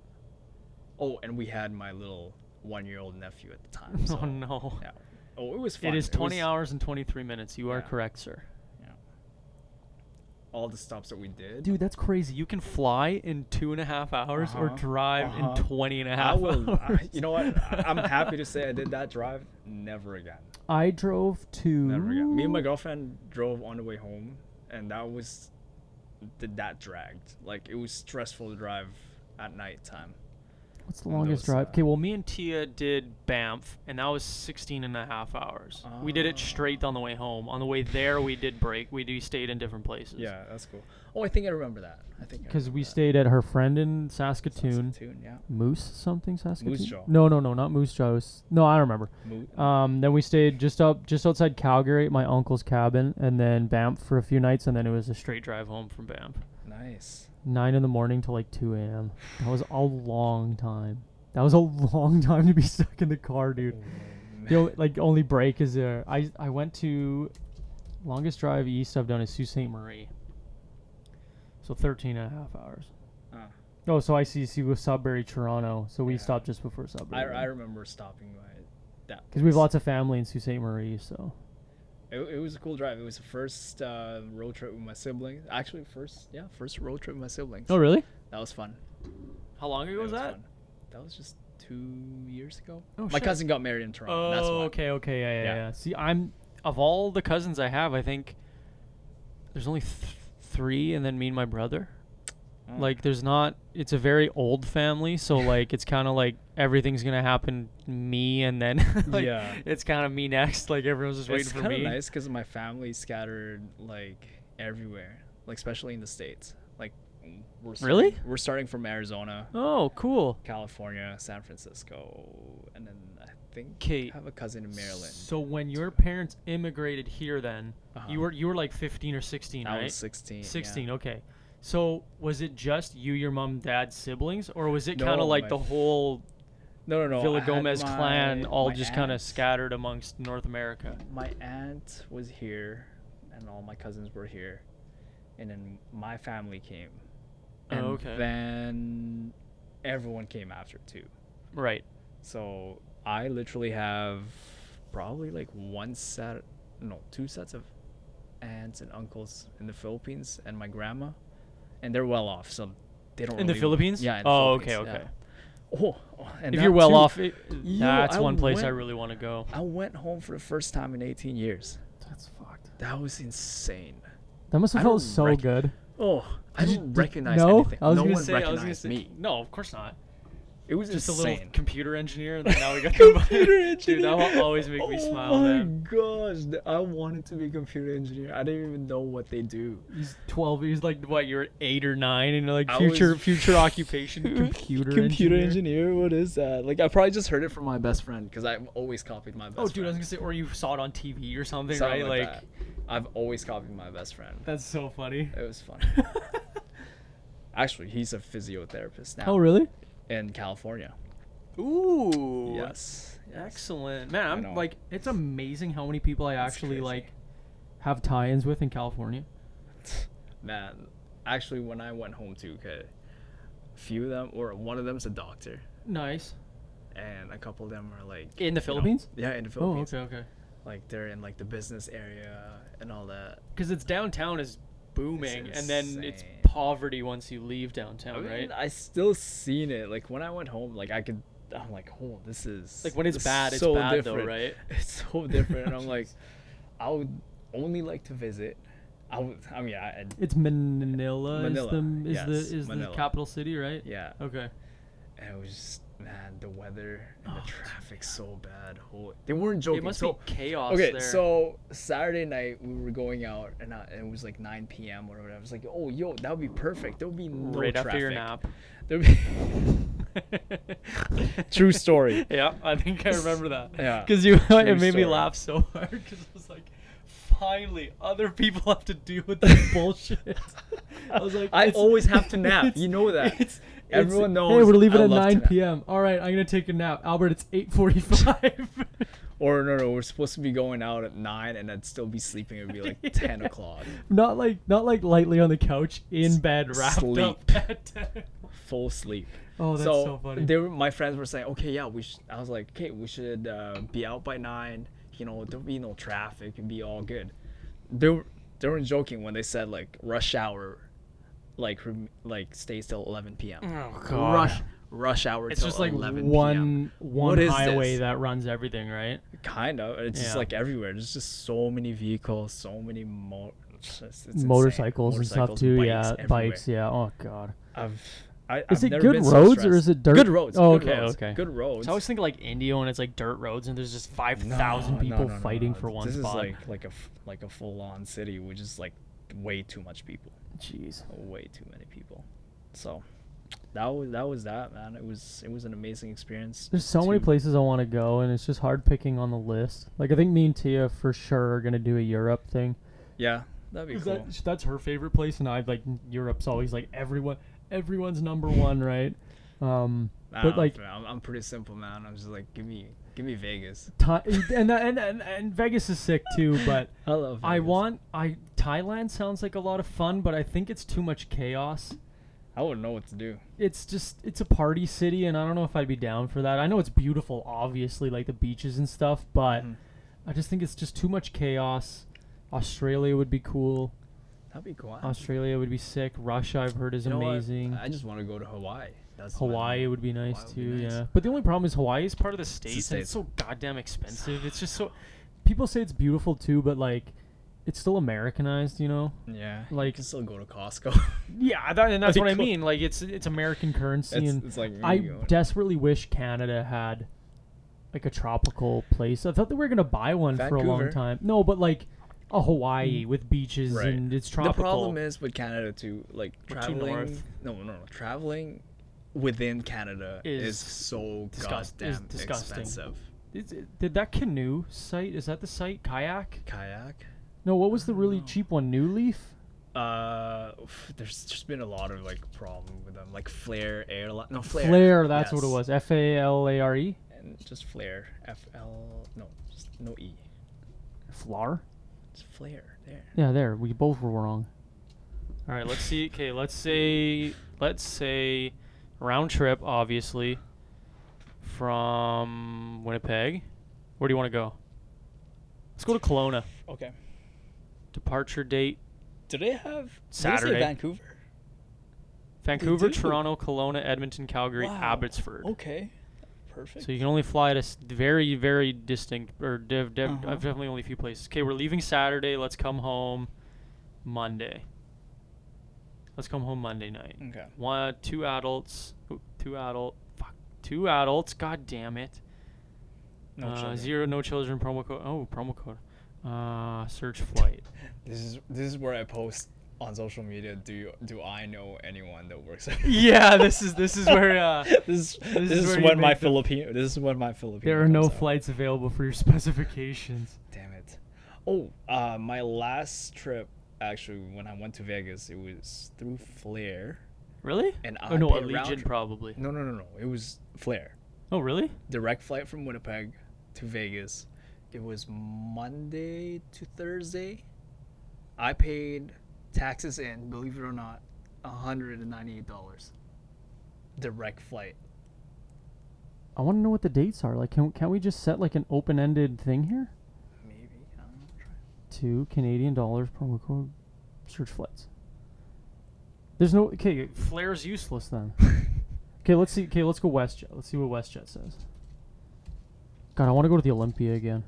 [SPEAKER 9] Oh, and we had my little one-year-old nephew at the time. So,
[SPEAKER 8] oh no.
[SPEAKER 9] Yeah. Oh, it was fun.
[SPEAKER 8] It is 20
[SPEAKER 9] was-
[SPEAKER 8] hours and 23 minutes. You are
[SPEAKER 9] Yeah.
[SPEAKER 8] correct, sir.
[SPEAKER 9] All the stops that we did.
[SPEAKER 8] Dude, that's crazy. You can fly in two and a half hours or
[SPEAKER 9] Uh-huh,
[SPEAKER 8] drive
[SPEAKER 9] uh-huh.
[SPEAKER 8] in 20 and a
[SPEAKER 9] I
[SPEAKER 8] half
[SPEAKER 9] will.
[SPEAKER 8] hours.
[SPEAKER 9] I, you know what? I- I'm happy to say I did that drive. Never again.
[SPEAKER 8] I drove to.
[SPEAKER 9] Never got. Me and
[SPEAKER 8] Mm.
[SPEAKER 9] my girlfriend drove on the way home, and that was th- that dragged. Like it was stressful to drive at night time.
[SPEAKER 8] What's the
[SPEAKER 9] And that
[SPEAKER 8] longest
[SPEAKER 9] was,
[SPEAKER 8] drive?
[SPEAKER 9] uh,
[SPEAKER 8] Okay, well, me and Tia did Banff, and that was 16 and a half hours. we did
[SPEAKER 9] Ah.
[SPEAKER 8] it straight on the way home. On the way there, we did break. We we stayed in different places.
[SPEAKER 9] Yeah, that's cool. Oh, I think I remember that. I think I
[SPEAKER 8] Because we
[SPEAKER 9] remember
[SPEAKER 8] stayed at her friend in
[SPEAKER 9] that.
[SPEAKER 8] Saskatoon.
[SPEAKER 9] Saskatoon, yeah.
[SPEAKER 8] Moose something Saskatoon.
[SPEAKER 9] Jaw.
[SPEAKER 8] No, no, no, not Moose Jaw. It was- no, I don't remember.
[SPEAKER 9] Mo-
[SPEAKER 8] Um, then we stayed just up, just outside Calgary at my uncle's cabin, and then Banff for a few nights, and then it was a straight drive home from Banff.
[SPEAKER 9] nice.
[SPEAKER 8] Nine in the morning to like two a.m. That was a long time. That was a long time to be stuck in the car, dude. Yo, like only break is there. I I went to longest drive east I've done is Sault Ste. Marie. So 13 and a half hours.
[SPEAKER 9] Ah.
[SPEAKER 8] Oh, so ICC was Sudbury, Toronto. So we
[SPEAKER 9] Yeah.
[SPEAKER 8] stopped just before Sudbury.
[SPEAKER 9] I, I remember stopping my that
[SPEAKER 8] because we have
[SPEAKER 9] place.
[SPEAKER 8] lots of family in Sault Ste. Marie, so
[SPEAKER 9] It, it was a cool drive. It was the first uh, road trip with my siblings. Actually, first yeah, first road trip with my siblings.
[SPEAKER 8] Oh, really?
[SPEAKER 9] that was fun.
[SPEAKER 8] How long ago
[SPEAKER 9] It
[SPEAKER 8] was that?
[SPEAKER 9] fun. That was just two years ago.
[SPEAKER 8] Oh,
[SPEAKER 9] my
[SPEAKER 8] shit.
[SPEAKER 9] cousin got married in Toronto.
[SPEAKER 8] Oh,
[SPEAKER 9] that's why.
[SPEAKER 8] okay, okay, yeah, yeah,
[SPEAKER 9] Yeah.
[SPEAKER 8] yeah. See, I'm of all the cousins I have, I think there's only th- three, and then me and my brother.
[SPEAKER 9] Mm.
[SPEAKER 8] Like, there's not. It's a very old family, so like, it's kind of like everything's gonna happen me, and then like,
[SPEAKER 9] Yeah.
[SPEAKER 8] it's kind of me next. Like everyone's just waiting
[SPEAKER 9] it's
[SPEAKER 8] for
[SPEAKER 9] kind of
[SPEAKER 8] me.
[SPEAKER 9] nice because my family's scattered like everywhere, like especially in the states. Like we're starting,
[SPEAKER 8] Really?
[SPEAKER 9] we're starting from Arizona,
[SPEAKER 8] Oh, cool.
[SPEAKER 9] California, San Francisco, and then I think
[SPEAKER 8] 'Kay,
[SPEAKER 9] I have a cousin in Maryland.
[SPEAKER 8] So when your parents immigrated here, then
[SPEAKER 9] Uh-huh.
[SPEAKER 8] you were you were like 15 or 16,
[SPEAKER 9] I
[SPEAKER 8] right?
[SPEAKER 9] was 16. yeah.
[SPEAKER 8] 16 okay so was it just you your mom dad siblings or was it kind
[SPEAKER 9] No,
[SPEAKER 8] of like
[SPEAKER 9] my
[SPEAKER 8] the whole
[SPEAKER 9] No, no, no.
[SPEAKER 8] villa
[SPEAKER 9] I had
[SPEAKER 8] gomez clan
[SPEAKER 9] my-
[SPEAKER 8] all
[SPEAKER 9] my
[SPEAKER 8] just kind of
[SPEAKER 9] aunts-
[SPEAKER 8] scattered amongst north america
[SPEAKER 9] My aunt was here, and all my cousins were here, and then my family came.
[SPEAKER 8] Oh,
[SPEAKER 9] and
[SPEAKER 8] okay.
[SPEAKER 9] Then everyone came after too.
[SPEAKER 8] right
[SPEAKER 9] So I literally have probably like one set, no, two sets of aunts and uncles in the Philippines and my grandma, and they're well off, so they don't.
[SPEAKER 8] In the
[SPEAKER 9] really-
[SPEAKER 8] Philippines?
[SPEAKER 9] Yeah. in the
[SPEAKER 8] Oh,
[SPEAKER 9] Philippines,
[SPEAKER 8] okay, okay.
[SPEAKER 9] yeah. Oh, oh, and
[SPEAKER 8] if
[SPEAKER 9] that
[SPEAKER 8] you're well
[SPEAKER 9] too,
[SPEAKER 8] off it,
[SPEAKER 9] Yo,
[SPEAKER 8] that's
[SPEAKER 9] I
[SPEAKER 8] one place i
[SPEAKER 9] went-
[SPEAKER 8] really want to go
[SPEAKER 9] I went home for the first time in 18 years.
[SPEAKER 8] that's fucked
[SPEAKER 9] That was insane.
[SPEAKER 8] that must
[SPEAKER 9] I
[SPEAKER 8] have felt
[SPEAKER 9] don't
[SPEAKER 8] so
[SPEAKER 9] rec-
[SPEAKER 8] good
[SPEAKER 9] Oh, I
[SPEAKER 8] Did you-
[SPEAKER 9] don't
[SPEAKER 8] did-
[SPEAKER 9] recognize
[SPEAKER 8] no?
[SPEAKER 9] anything.
[SPEAKER 8] I was
[SPEAKER 9] no
[SPEAKER 8] gonna
[SPEAKER 9] one
[SPEAKER 8] say- I was gonna
[SPEAKER 9] recognized
[SPEAKER 8] say-
[SPEAKER 9] me.
[SPEAKER 8] no of course not
[SPEAKER 9] It was
[SPEAKER 8] just
[SPEAKER 9] insane.
[SPEAKER 8] a little computer engineer and then now we got the dude that will always make me smile
[SPEAKER 9] Oh my
[SPEAKER 8] man.
[SPEAKER 9] gosh, th- I wanted to be a computer engineer. I didn't even know what they do.
[SPEAKER 8] he's 12 he's like what you're eight or nine and you're like
[SPEAKER 9] I was-
[SPEAKER 8] future future occupation computer
[SPEAKER 9] computer
[SPEAKER 8] engineer.
[SPEAKER 9] engineer. What is that? Like I probably just heard it from my best friend because I've always copied my best.
[SPEAKER 8] Oh, dude, I was
[SPEAKER 9] friend.
[SPEAKER 8] gonna say, or you saw it on TV or something,
[SPEAKER 9] Something
[SPEAKER 8] right? Like,
[SPEAKER 9] that. I've always copied my best friend.
[SPEAKER 8] that's so funny.
[SPEAKER 9] It was fun. Actually, he's a physiotherapist now.
[SPEAKER 8] Oh, really?
[SPEAKER 9] In California.
[SPEAKER 8] Ooh.
[SPEAKER 9] Yes. yes.
[SPEAKER 8] Excellent, man. I'm
[SPEAKER 9] know.
[SPEAKER 8] like, it's amazing how many people I actually
[SPEAKER 9] crazy.
[SPEAKER 8] like have tie-ins with in California.
[SPEAKER 9] Man, actually, when I went home to okay, a few of them, or one of them's a doctor,
[SPEAKER 8] Nice.
[SPEAKER 9] and a couple of them are like
[SPEAKER 8] In the
[SPEAKER 9] you know-
[SPEAKER 8] Philippines?
[SPEAKER 9] yeah, in the
[SPEAKER 8] Oh,
[SPEAKER 9] Philippines.
[SPEAKER 8] okay, okay.
[SPEAKER 9] Like they're in like the business area and all that.
[SPEAKER 8] Because it's downtown is booming, and then it's
[SPEAKER 9] insane.
[SPEAKER 8] poverty once you leave downtown,
[SPEAKER 9] I mean,
[SPEAKER 8] right?
[SPEAKER 9] I still seen it. Like when I went home, like I could, I'm like, oh, this is
[SPEAKER 8] Like, when it's
[SPEAKER 9] this is
[SPEAKER 8] bad, it's bad though, right?
[SPEAKER 9] It's so different, and I'm like, I would only like to visit. I would, I mean, I, I-
[SPEAKER 8] It's Manila,
[SPEAKER 9] Manila,
[SPEAKER 8] is the is
[SPEAKER 9] yes,
[SPEAKER 8] the is
[SPEAKER 9] Manila.
[SPEAKER 8] the capital city, right?
[SPEAKER 9] yeah,
[SPEAKER 8] Okay.
[SPEAKER 9] and it was just man, the weather and the traffic's so bad. Holy, they weren't joking.
[SPEAKER 8] It Oh, must
[SPEAKER 9] so,
[SPEAKER 8] be chaos
[SPEAKER 9] okay,
[SPEAKER 8] there.
[SPEAKER 9] so Saturday night we were going out and, I, and it was like 9 p.m. or whatever. I was like, oh, yo, that would be perfect. There'll be no
[SPEAKER 8] right
[SPEAKER 9] traffic.
[SPEAKER 8] after your nap.
[SPEAKER 9] There'll be- True story.
[SPEAKER 8] Yeah, I think I remember that.
[SPEAKER 9] Yeah,
[SPEAKER 8] because you
[SPEAKER 9] true
[SPEAKER 8] it made me
[SPEAKER 9] story.
[SPEAKER 8] laugh so hard because it was like, finally, other people have to deal with this bullshit. I was like,
[SPEAKER 9] I
[SPEAKER 8] it's-
[SPEAKER 9] always have to nap.
[SPEAKER 8] it's-
[SPEAKER 9] You know that.
[SPEAKER 8] it's-
[SPEAKER 9] Everyone
[SPEAKER 8] it's, Hey,
[SPEAKER 9] knows
[SPEAKER 8] we're leaving
[SPEAKER 9] I
[SPEAKER 8] at
[SPEAKER 9] love to
[SPEAKER 8] 9
[SPEAKER 9] nap."
[SPEAKER 8] p.m. All right, I'm gonna take a nap. Albert, it's 8:45.
[SPEAKER 9] Or no, no, we're supposed to be going out at nine, and I'd still be sleeping. It'd be like ten o'clock,
[SPEAKER 8] not like not like lightly on the couch in bed wrapped
[SPEAKER 9] sleep.
[SPEAKER 8] up. At 10.
[SPEAKER 9] full sleep.
[SPEAKER 8] Oh, that's so, funny.
[SPEAKER 9] They were, my friends were saying, okay, yeah, we. Sh-. I was like, okay, we should uh, be out by nine. You know, there'll be no traffic and be all good. They were, they weren't joking when they said like rush hour, like rem- like stays till eleven p.m.
[SPEAKER 8] oh
[SPEAKER 9] Rush rush hour.
[SPEAKER 8] It's
[SPEAKER 9] till
[SPEAKER 8] just like
[SPEAKER 9] 11
[SPEAKER 8] one one
[SPEAKER 9] What is
[SPEAKER 8] highway
[SPEAKER 9] this?
[SPEAKER 8] that runs everything, right?
[SPEAKER 9] PM. kind of. It's just
[SPEAKER 8] Yeah.
[SPEAKER 9] like everywhere. There's just so many vehicles, so many mo- it's just- it's insane.
[SPEAKER 8] Motorcycles, and stuff
[SPEAKER 9] Motorcycles,
[SPEAKER 8] too.
[SPEAKER 9] bikes
[SPEAKER 8] yeah,
[SPEAKER 9] everywhere.
[SPEAKER 8] bikes. Yeah. Oh god.
[SPEAKER 9] I've, I,
[SPEAKER 8] Is
[SPEAKER 9] I've
[SPEAKER 8] it
[SPEAKER 9] never
[SPEAKER 8] good
[SPEAKER 9] been so
[SPEAKER 8] roads or
[SPEAKER 9] stressed.
[SPEAKER 8] is it dirt-
[SPEAKER 9] Good roads.
[SPEAKER 8] Oh,
[SPEAKER 9] good
[SPEAKER 8] okay,
[SPEAKER 9] roads,
[SPEAKER 8] okay.
[SPEAKER 9] Good roads.
[SPEAKER 8] I always think like Indio and it's like dirt roads and there's just five
[SPEAKER 9] No,
[SPEAKER 8] thousand
[SPEAKER 9] no,
[SPEAKER 8] people
[SPEAKER 9] no, no,
[SPEAKER 8] fighting
[SPEAKER 9] no.
[SPEAKER 8] for one
[SPEAKER 9] this
[SPEAKER 8] spot.
[SPEAKER 9] is like like a f- like a full on city, which is like way too much people,
[SPEAKER 8] Jeez.
[SPEAKER 9] way too many people. So that was that was that man. It was it was an amazing experience.
[SPEAKER 8] There's so many
[SPEAKER 9] to-
[SPEAKER 8] places I want to go, and it's just hard picking on the list. Like I think me and Tia for sure are gonna do a Europe thing.
[SPEAKER 9] Yeah, that'd be cool.
[SPEAKER 8] that's her favorite place, and I've like Europe's always like everyone, everyone's number one, right? Um,
[SPEAKER 9] I
[SPEAKER 8] but
[SPEAKER 9] don't know,
[SPEAKER 8] like
[SPEAKER 9] I'm, I'm pretty simple man. I'm just like give me give me Vegas.
[SPEAKER 8] Tha- and, that- and and and Vegas is sick too, but
[SPEAKER 9] I love.
[SPEAKER 8] I
[SPEAKER 9] Vegas.
[SPEAKER 8] want I Thailand sounds like a lot of fun, but I think it's too much chaos.
[SPEAKER 9] I wouldn't know what to do.
[SPEAKER 8] It's just it's a party city, and I don't know if I'd be down for that. I know it's beautiful, obviously, like the beaches and stuff, but
[SPEAKER 9] Mm-hmm.
[SPEAKER 8] I just think it's just too much chaos. Australia would be cool.
[SPEAKER 9] That'd be cool.
[SPEAKER 8] Australia would be sick. Russia, I've heard, is
[SPEAKER 9] You know what?
[SPEAKER 8] amazing.
[SPEAKER 9] I just want to go to Hawaii. That's what I
[SPEAKER 8] Hawaii
[SPEAKER 9] want.
[SPEAKER 8] would be nice
[SPEAKER 9] Hawaii would be
[SPEAKER 8] too,
[SPEAKER 9] nice.
[SPEAKER 8] yeah. But the only problem is Hawaii is part of the states, and it's so
[SPEAKER 9] States.
[SPEAKER 8] goddamn expensive. It's just so. People say it's beautiful too, but like, it's still Americanized, you know?
[SPEAKER 9] Yeah. you
[SPEAKER 8] Like-
[SPEAKER 9] can still go to Costco.
[SPEAKER 8] Yeah, that, and that's
[SPEAKER 9] Like,
[SPEAKER 8] what I
[SPEAKER 9] cool.
[SPEAKER 8] mean. Like, it's it's American currency,
[SPEAKER 9] it's,
[SPEAKER 8] and
[SPEAKER 9] it's like me
[SPEAKER 8] I
[SPEAKER 9] going-
[SPEAKER 8] desperately wish Canada had like a tropical place. I thought they were gonna buy one for a long
[SPEAKER 9] Vancouver.
[SPEAKER 8] time. No, but like a Hawaii with beaches
[SPEAKER 9] Right.
[SPEAKER 8] and it's tropical.
[SPEAKER 9] The problem is with Canada too, like
[SPEAKER 8] We're too
[SPEAKER 9] traveling.
[SPEAKER 8] north.
[SPEAKER 9] No, no, no, traveling within Canada is,
[SPEAKER 8] Is
[SPEAKER 9] so
[SPEAKER 8] disgust- is
[SPEAKER 9] goddamn
[SPEAKER 8] disgusting.
[SPEAKER 9] expensive.
[SPEAKER 8] Is it- did that canoe site? Is that the site kayak?
[SPEAKER 9] Kayak.
[SPEAKER 8] No, what was the really cheap one? New Leaf.
[SPEAKER 9] Uh, f- there's just been a lot of like problem with them, like Flair Airline. No, Flair.
[SPEAKER 8] Flare, that's what it
[SPEAKER 9] yes.
[SPEAKER 8] was. F A L A R E.
[SPEAKER 9] And just Flair. F L. No, just no E.
[SPEAKER 8] Flar.
[SPEAKER 9] It's Flair. There.
[SPEAKER 8] Yeah, there. We both were wrong. All right, let's see. Okay, let's say let's say round trip, obviously, from Winnipeg. Where do you want to go? Let's go to Kelowna.
[SPEAKER 9] Okay.
[SPEAKER 8] Departure date:
[SPEAKER 9] Do they have
[SPEAKER 8] Saturday.
[SPEAKER 9] Vancouver.
[SPEAKER 8] Vancouver,
[SPEAKER 9] do?
[SPEAKER 8] Toronto, Kelowna, Edmonton, Calgary,
[SPEAKER 9] Wow.
[SPEAKER 8] Abbotsford.
[SPEAKER 9] Okay. Perfect.
[SPEAKER 8] So you can only fly to s- very, very distinct or dev, dev,
[SPEAKER 9] Uh-huh.
[SPEAKER 8] definitely only a few places. Okay, we're leaving Saturday. Let's come home Monday. Let's come home Monday night.
[SPEAKER 9] Okay.
[SPEAKER 8] One, two adults, oop, two adult, fuck, two adults. God damn it.
[SPEAKER 9] No
[SPEAKER 8] Uh,
[SPEAKER 9] children.
[SPEAKER 8] Zero no children promo code. Oh, promo code. Uh, search flight.
[SPEAKER 9] This is this is where I post on social media. Do you, do I know anyone that works? at
[SPEAKER 8] yeah, this is this is where uh,
[SPEAKER 9] this, this
[SPEAKER 8] is
[SPEAKER 9] is
[SPEAKER 8] where you
[SPEAKER 9] when my
[SPEAKER 8] make the-
[SPEAKER 9] Filipino. This is when my Filipino.
[SPEAKER 8] there are no
[SPEAKER 9] comes out.
[SPEAKER 8] flights available for your specifications.
[SPEAKER 9] Damn it! Oh, uh, my last trip actually when I went to Vegas, it was through Flair.
[SPEAKER 8] Really?
[SPEAKER 9] And
[SPEAKER 8] oh
[SPEAKER 9] I
[SPEAKER 8] no,
[SPEAKER 9] pay round
[SPEAKER 8] Allegiant
[SPEAKER 9] trip.
[SPEAKER 8] probably.
[SPEAKER 9] No, no, no, no. It was Flair.
[SPEAKER 8] Oh really?
[SPEAKER 9] Direct flight from Winnipeg to Vegas. It was Monday to Thursday. I paid taxes and believe it or not, hundred and ninety-eight dollars. Direct flight.
[SPEAKER 8] I want to know what the dates are. Like, can can we just set like an open ended thing here?
[SPEAKER 9] Maybe. I don't know.
[SPEAKER 8] Two Canadian dollars promo code search flights. There's no okay. Flair's useless then. okay, let's see. Okay, let's go WestJet. Let's see what WestJet says. God, I want to go to the Olympia again.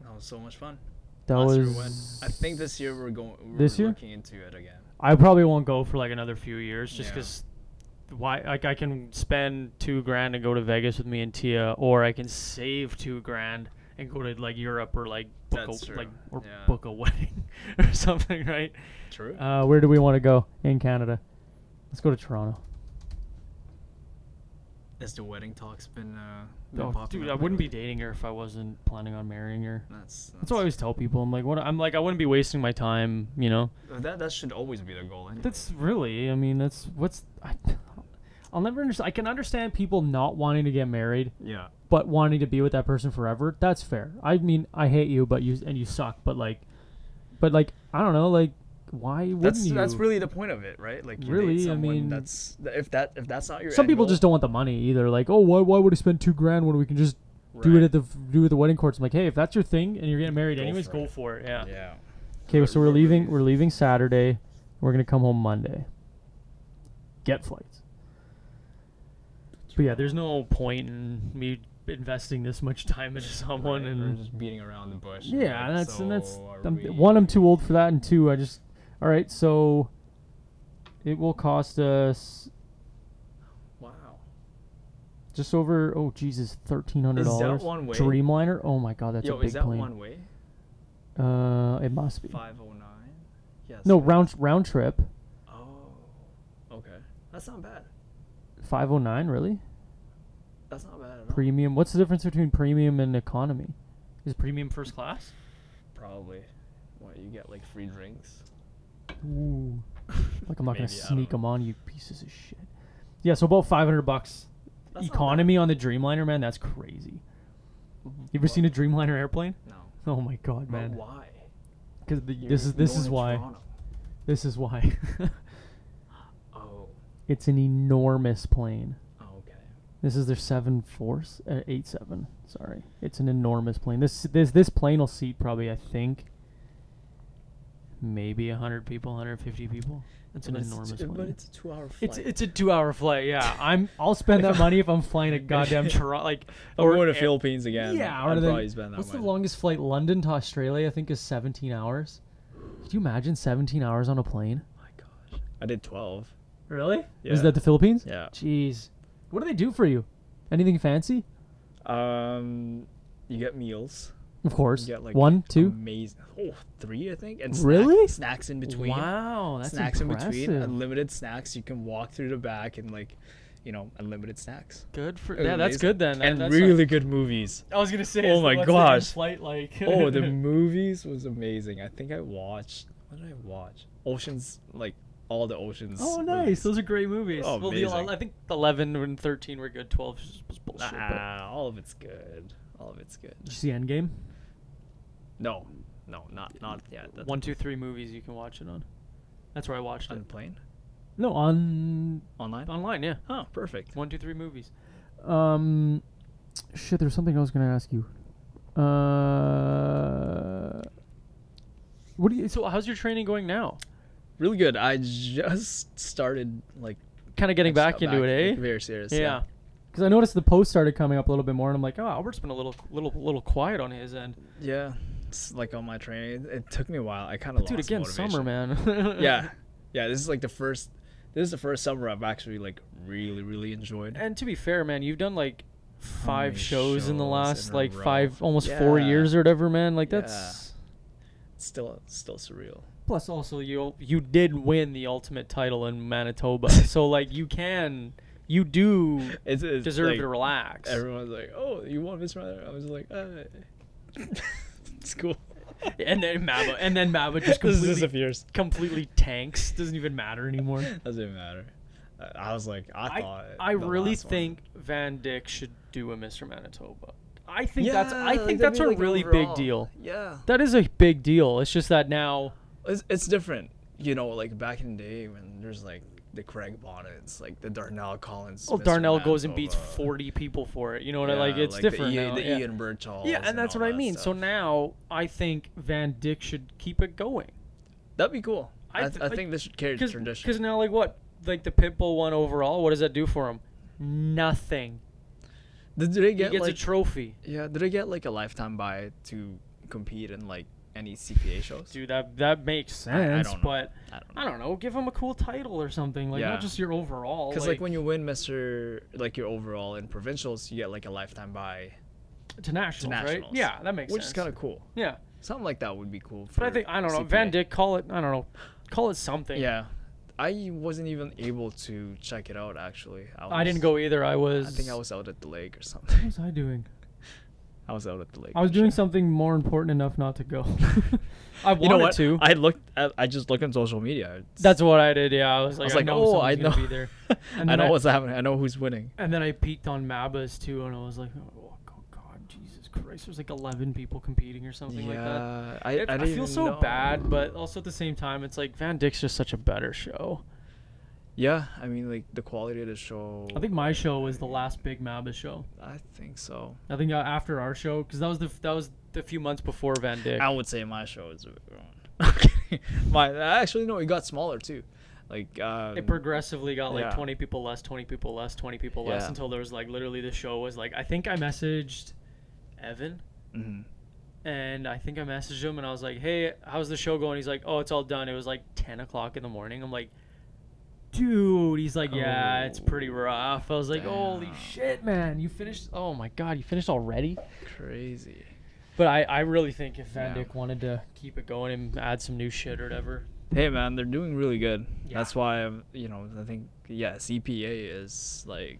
[SPEAKER 9] That was so much fun.
[SPEAKER 8] That
[SPEAKER 9] Last year we went.
[SPEAKER 8] was.
[SPEAKER 9] I think this year we're going. We're
[SPEAKER 8] This year?
[SPEAKER 9] looking into it again.
[SPEAKER 8] I probably won't go for like another few years just
[SPEAKER 9] Yeah.
[SPEAKER 8] because why like I can spend two grand and go to Vegas with me and Tia, or I can save two grand and go to like Europe or like book
[SPEAKER 9] That's
[SPEAKER 8] a,
[SPEAKER 9] true,
[SPEAKER 8] like or
[SPEAKER 9] yeah.
[SPEAKER 8] book a wedding or something, right?
[SPEAKER 9] True.
[SPEAKER 8] Uh, where do we want to go in Canada? Let's go to Toronto.
[SPEAKER 9] As the wedding talk's been, uh, been
[SPEAKER 8] Oh,
[SPEAKER 9] popping
[SPEAKER 8] dude,
[SPEAKER 9] up
[SPEAKER 8] I wouldn't be
[SPEAKER 9] lately.
[SPEAKER 8] dating her if I wasn't planning on marrying her.
[SPEAKER 9] That's
[SPEAKER 8] That's what I always tell people. I'm like, what? I'm like, I wouldn't be wasting my time, you know.
[SPEAKER 9] That that should always be the goal. Anyway.
[SPEAKER 8] That's really, I mean, that's what's. I, I'll never understand. I can understand people not wanting to get married,
[SPEAKER 9] yeah.
[SPEAKER 8] but wanting to be with that person forever. That's fair. I mean, I hate you, but you and you suck. But like, but like, I don't know. Like, why wouldn't
[SPEAKER 9] That's
[SPEAKER 8] you?
[SPEAKER 9] that's really the point of it, right? Like you date
[SPEAKER 8] Really, I
[SPEAKER 9] someone
[SPEAKER 8] mean-
[SPEAKER 9] that's th- if that if that's not your
[SPEAKER 8] Some
[SPEAKER 9] end
[SPEAKER 8] people
[SPEAKER 9] goal-
[SPEAKER 8] just don't want the money either. Like, oh, why, why would I spend two grand when we can just do
[SPEAKER 9] Right.
[SPEAKER 8] it at the do it at the wedding courts? I'm like, hey, if that's your thing and you're getting married anyways,
[SPEAKER 9] for
[SPEAKER 8] go
[SPEAKER 9] it.
[SPEAKER 8] for it. Yeah.
[SPEAKER 9] Yeah.
[SPEAKER 8] Okay, so we're leaving. We're leaving Saturday. We're gonna come home Monday. Get flights. But yeah, there's no point in me investing this much time into someone
[SPEAKER 9] Right,
[SPEAKER 8] and
[SPEAKER 9] we're just beating around the bush.
[SPEAKER 8] Yeah,
[SPEAKER 9] right?
[SPEAKER 8] and that's and that's
[SPEAKER 9] So are
[SPEAKER 8] I'm,
[SPEAKER 9] we-
[SPEAKER 8] one. I'm too old for that, and two, I just all right. So it will cost us
[SPEAKER 9] Wow.
[SPEAKER 8] just over oh Jesus, thirteen hundred dollars.
[SPEAKER 9] one way?
[SPEAKER 8] Dreamliner. Oh my God, that's
[SPEAKER 9] Yo,
[SPEAKER 8] a big
[SPEAKER 9] is that
[SPEAKER 8] plane.
[SPEAKER 9] one way?
[SPEAKER 8] Uh, it must be.
[SPEAKER 9] Five oh nine. Yes.
[SPEAKER 8] No round round trip.
[SPEAKER 9] Oh. Okay. That's not bad.
[SPEAKER 8] Five oh nine, really?
[SPEAKER 9] That's not bad at all.
[SPEAKER 8] Premium. What's the difference between premium and economy? Is premium first class?
[SPEAKER 9] Probably. What you get like free drinks.
[SPEAKER 8] Ooh. Like I'm not gonna
[SPEAKER 9] Maybe, I don't
[SPEAKER 8] sneak
[SPEAKER 9] know.
[SPEAKER 8] them on you pieces of shit. Yeah, so about five hundred bucks.
[SPEAKER 9] That's not bad. Mm-hmm.
[SPEAKER 8] economy on the Dreamliner, man. That's crazy. You ever seen a Dreamliner airplane?
[SPEAKER 9] No.
[SPEAKER 8] Oh my god,
[SPEAKER 9] But
[SPEAKER 8] man!
[SPEAKER 9] why?
[SPEAKER 8] Because
[SPEAKER 9] You're
[SPEAKER 8] this is this
[SPEAKER 9] going
[SPEAKER 8] is
[SPEAKER 9] to
[SPEAKER 8] why
[SPEAKER 9] Toronto.
[SPEAKER 8] this is why
[SPEAKER 9] Oh.
[SPEAKER 8] it's an enormous plane.
[SPEAKER 9] oh. Okay.
[SPEAKER 8] This is their seven force uh, eight seven. Sorry, it's an enormous plane. This this this plane will seat probably I think maybe hundred people, hundred fifty people. It's an
[SPEAKER 9] But
[SPEAKER 8] enormous
[SPEAKER 9] it's, uh,
[SPEAKER 8] plane.
[SPEAKER 9] But it's a two-hour flight.
[SPEAKER 8] It's it's a two hour flight. Yeah, I'm. I'll spend that money if I'm flying to goddamn Toronto. Like, or
[SPEAKER 9] going to
[SPEAKER 8] air-
[SPEAKER 9] Philippines again.
[SPEAKER 8] Yeah,
[SPEAKER 9] I'd
[SPEAKER 8] or
[SPEAKER 9] probably
[SPEAKER 8] then,
[SPEAKER 9] spend that
[SPEAKER 8] what's the
[SPEAKER 9] money.
[SPEAKER 8] longest flight? London to Australia, I think, is 17 hours. Could you imagine 17 hours on a plane?
[SPEAKER 9] my gosh, I did twelve.
[SPEAKER 8] Really?
[SPEAKER 9] Yeah.
[SPEAKER 8] Is that the Philippines?
[SPEAKER 9] Yeah.
[SPEAKER 8] Jeez, what do they do for you? Anything fancy?
[SPEAKER 9] Um, you get meals.
[SPEAKER 8] Of course.
[SPEAKER 9] You get like
[SPEAKER 8] one, two.
[SPEAKER 9] amazing. Oh, three, I think. And
[SPEAKER 8] Really?
[SPEAKER 9] snack, snacks in between.
[SPEAKER 8] Wow, that's
[SPEAKER 9] snacks
[SPEAKER 8] impressive.
[SPEAKER 9] in between. Unlimited snacks. You can walk through the back and like, you know, unlimited snacks.
[SPEAKER 8] Good for
[SPEAKER 9] It was
[SPEAKER 8] yeah, that's
[SPEAKER 9] amazing.
[SPEAKER 8] good then.
[SPEAKER 9] And
[SPEAKER 8] that's
[SPEAKER 9] really good movies.
[SPEAKER 8] I was gonna say.
[SPEAKER 9] oh
[SPEAKER 8] is-
[SPEAKER 9] my
[SPEAKER 8] what's the end
[SPEAKER 9] gosh.
[SPEAKER 8] Flight like.
[SPEAKER 9] Oh, the movies was amazing. I think I watched. What did I watch? Oceans, like all the oceans.
[SPEAKER 8] Oh,
[SPEAKER 9] movies.
[SPEAKER 8] nice. Those are great movies.
[SPEAKER 9] Oh,
[SPEAKER 8] well, the,
[SPEAKER 9] amazing.
[SPEAKER 8] I think 11 and 13 were good. 12 was was bullshit. but-
[SPEAKER 9] Nah, all of it's good. All of it's good.
[SPEAKER 8] Did you see Endgame?
[SPEAKER 9] No, no, not not yet. That's
[SPEAKER 8] One, two, three movies you can watch it on. That's where I watched
[SPEAKER 9] on the
[SPEAKER 8] it.
[SPEAKER 9] plane
[SPEAKER 8] No, on
[SPEAKER 9] online.
[SPEAKER 8] online, yeah.
[SPEAKER 9] Oh, perfect.
[SPEAKER 8] One, two, three movies. Um, shit. There's something I was gonna ask you. Uh, what do you? So, how's your training going now?
[SPEAKER 9] Really good. I just started like
[SPEAKER 8] Kind
[SPEAKER 9] I
[SPEAKER 8] of getting
[SPEAKER 9] just
[SPEAKER 8] back
[SPEAKER 9] got
[SPEAKER 8] into it, eh?
[SPEAKER 9] like, very serious.
[SPEAKER 8] Yeah. Because I noticed the post started coming up a little bit more, and I'm like, oh, Albert's been a little, little, little quiet on his end.
[SPEAKER 9] Yeah. It's like on my training. It, it took me a while. I kind of lost
[SPEAKER 8] Dude, again,
[SPEAKER 9] motivation.
[SPEAKER 8] summer, man.
[SPEAKER 9] Yeah, yeah. This is like the first. This is the first summer I've actually like really really enjoyed.
[SPEAKER 8] And to be fair, man, you've done like five
[SPEAKER 9] many
[SPEAKER 8] shows in the
[SPEAKER 9] shows
[SPEAKER 8] last
[SPEAKER 9] in a
[SPEAKER 8] like
[SPEAKER 9] row?
[SPEAKER 8] five, almost four
[SPEAKER 9] Yeah.
[SPEAKER 8] years or whatever, man. Like
[SPEAKER 9] Yeah.
[SPEAKER 8] that's
[SPEAKER 9] Still still surreal.
[SPEAKER 8] plus also you you did win the ultimate title in Manitoba, so like you can you do
[SPEAKER 9] It's, it's
[SPEAKER 8] deserve
[SPEAKER 9] like,
[SPEAKER 8] to relax.
[SPEAKER 9] Everyone's like, "Oh, you want Miss Runner?" I was like, uh, "It's cool."
[SPEAKER 8] And then Maba, and then Maba just
[SPEAKER 9] This
[SPEAKER 8] completely
[SPEAKER 9] disappears.
[SPEAKER 8] completely tanks. Doesn't even matter anymore.
[SPEAKER 9] Doesn't matter. I, I was like, I,
[SPEAKER 8] I,
[SPEAKER 9] thought.
[SPEAKER 8] I
[SPEAKER 9] the
[SPEAKER 8] really
[SPEAKER 9] last one-
[SPEAKER 8] think Van Dyck should do a Mr. Manitoba. I think that's
[SPEAKER 9] Yeah,
[SPEAKER 8] I
[SPEAKER 9] like,
[SPEAKER 8] think
[SPEAKER 9] that'd
[SPEAKER 8] that's
[SPEAKER 9] be,
[SPEAKER 8] a
[SPEAKER 9] like,
[SPEAKER 8] really big
[SPEAKER 9] overall.
[SPEAKER 8] deal.
[SPEAKER 9] Yeah,
[SPEAKER 8] That is a big deal. It's just that now
[SPEAKER 9] it's, it's different. You know, like back in the day when there's like the Craig Bonnets, like the Darnell Collins.
[SPEAKER 8] Well,
[SPEAKER 9] Mr.
[SPEAKER 8] oh, Darnell goes and beats
[SPEAKER 9] Manitoba.
[SPEAKER 8] 40 people for it. You know what I
[SPEAKER 9] Yeah,
[SPEAKER 8] like? It's different.
[SPEAKER 9] The,
[SPEAKER 8] now,
[SPEAKER 9] the
[SPEAKER 8] yeah.
[SPEAKER 9] Ian Birchalls.
[SPEAKER 8] Yeah, and that's
[SPEAKER 9] all
[SPEAKER 8] what I
[SPEAKER 9] that
[SPEAKER 8] mean. So
[SPEAKER 9] stuff.
[SPEAKER 8] now I think Van Dyck should keep it going.
[SPEAKER 9] that'd be cool.
[SPEAKER 8] I
[SPEAKER 9] I,
[SPEAKER 8] th-
[SPEAKER 9] I
[SPEAKER 8] like-
[SPEAKER 9] think this should carry the tradition.
[SPEAKER 8] Because now, like, what? Like the Pitbull one overall, what does that do for him? Nothing.
[SPEAKER 9] Did, did they
[SPEAKER 8] He
[SPEAKER 9] get
[SPEAKER 8] gets
[SPEAKER 9] like
[SPEAKER 8] a trophy.
[SPEAKER 9] yeah? Did they get like a lifetime buy to compete in like any CPA shows.
[SPEAKER 8] Dude, that that makes
[SPEAKER 9] I- I
[SPEAKER 8] sense,
[SPEAKER 9] don't know.
[SPEAKER 8] but
[SPEAKER 9] I don't know.
[SPEAKER 8] I don't know. Give him a cool title or something, like
[SPEAKER 9] Yeah.
[SPEAKER 8] not just your overall.
[SPEAKER 9] Because like, when you win Mr. like your overall in provincials, you get like a lifetime buy
[SPEAKER 8] to nationals,
[SPEAKER 9] to nationals.
[SPEAKER 8] right? Yeah, that makes
[SPEAKER 9] which
[SPEAKER 8] sense.
[SPEAKER 9] is kind of cool.
[SPEAKER 8] yeah.
[SPEAKER 9] Something like that would be cool.
[SPEAKER 8] But I think I don't know. Van Dyck, call it I don't know, call it something.
[SPEAKER 9] Yeah, I wasn't even able to check it out actually.
[SPEAKER 8] I didn't
[SPEAKER 9] was-
[SPEAKER 8] go either. I was.
[SPEAKER 9] I think I was out at the lake or something.
[SPEAKER 8] What was I doing?
[SPEAKER 9] I was out at the lake.
[SPEAKER 8] I was doing something more important enough not to go. I wanted
[SPEAKER 9] You know what?
[SPEAKER 8] to.
[SPEAKER 9] I looked. I, I just looked on social media. It's-
[SPEAKER 8] That's what I did. Yeah, I was like,
[SPEAKER 9] I
[SPEAKER 8] I,
[SPEAKER 9] was like,
[SPEAKER 8] know
[SPEAKER 9] oh, I
[SPEAKER 8] someone's
[SPEAKER 9] know.
[SPEAKER 8] gonna be there. And
[SPEAKER 9] I
[SPEAKER 8] then
[SPEAKER 9] know
[SPEAKER 8] I-
[SPEAKER 9] what's happening. I know who's winning.
[SPEAKER 8] And then I peeked on Mabas too, and I was like, oh go- god, Jesus Christ, there's like 11 people competing or something like that.
[SPEAKER 9] yeah, I,
[SPEAKER 8] It-
[SPEAKER 9] I,
[SPEAKER 8] I,
[SPEAKER 9] didn't
[SPEAKER 8] feel
[SPEAKER 9] even
[SPEAKER 8] so
[SPEAKER 9] know.
[SPEAKER 8] bad, but also at the same time, it's like Van Dyck's just such a better show.
[SPEAKER 9] Yeah, I mean, like the quality of the show.
[SPEAKER 8] I think my show was the last big Mabas show.
[SPEAKER 9] I think so.
[SPEAKER 8] I think uh, after our show, because that was the that was the few months before Van Dyck.
[SPEAKER 9] I would say my show is a bit wrong. my actually no, it got smaller too. Like um,
[SPEAKER 8] It progressively got like
[SPEAKER 9] Yeah.
[SPEAKER 8] 20 people less, 20 people less, 20 people less
[SPEAKER 9] Yeah.
[SPEAKER 8] until there was like literally the show was like I think I messaged Evan
[SPEAKER 9] mhm.
[SPEAKER 8] and I think I messaged him and I was like, "Hey, how's the show going?" He's like, "Oh, it's all done." It was like 10 o'clock in the morning. I'm like, "Dude," he's like, "Yeah,
[SPEAKER 9] Oh.
[SPEAKER 8] it's pretty rough." I was like, "Holy shit, man! You finished? Oh my god, you finished already?"
[SPEAKER 9] crazy.
[SPEAKER 8] But I, I really think if Van
[SPEAKER 9] Yeah.
[SPEAKER 8] Dyck wanted to keep it going and add some new shit or whatever,
[SPEAKER 9] Hey man, they're doing really good.
[SPEAKER 8] Yeah.
[SPEAKER 9] That's why I'm, you know, I think yeah, CPA is like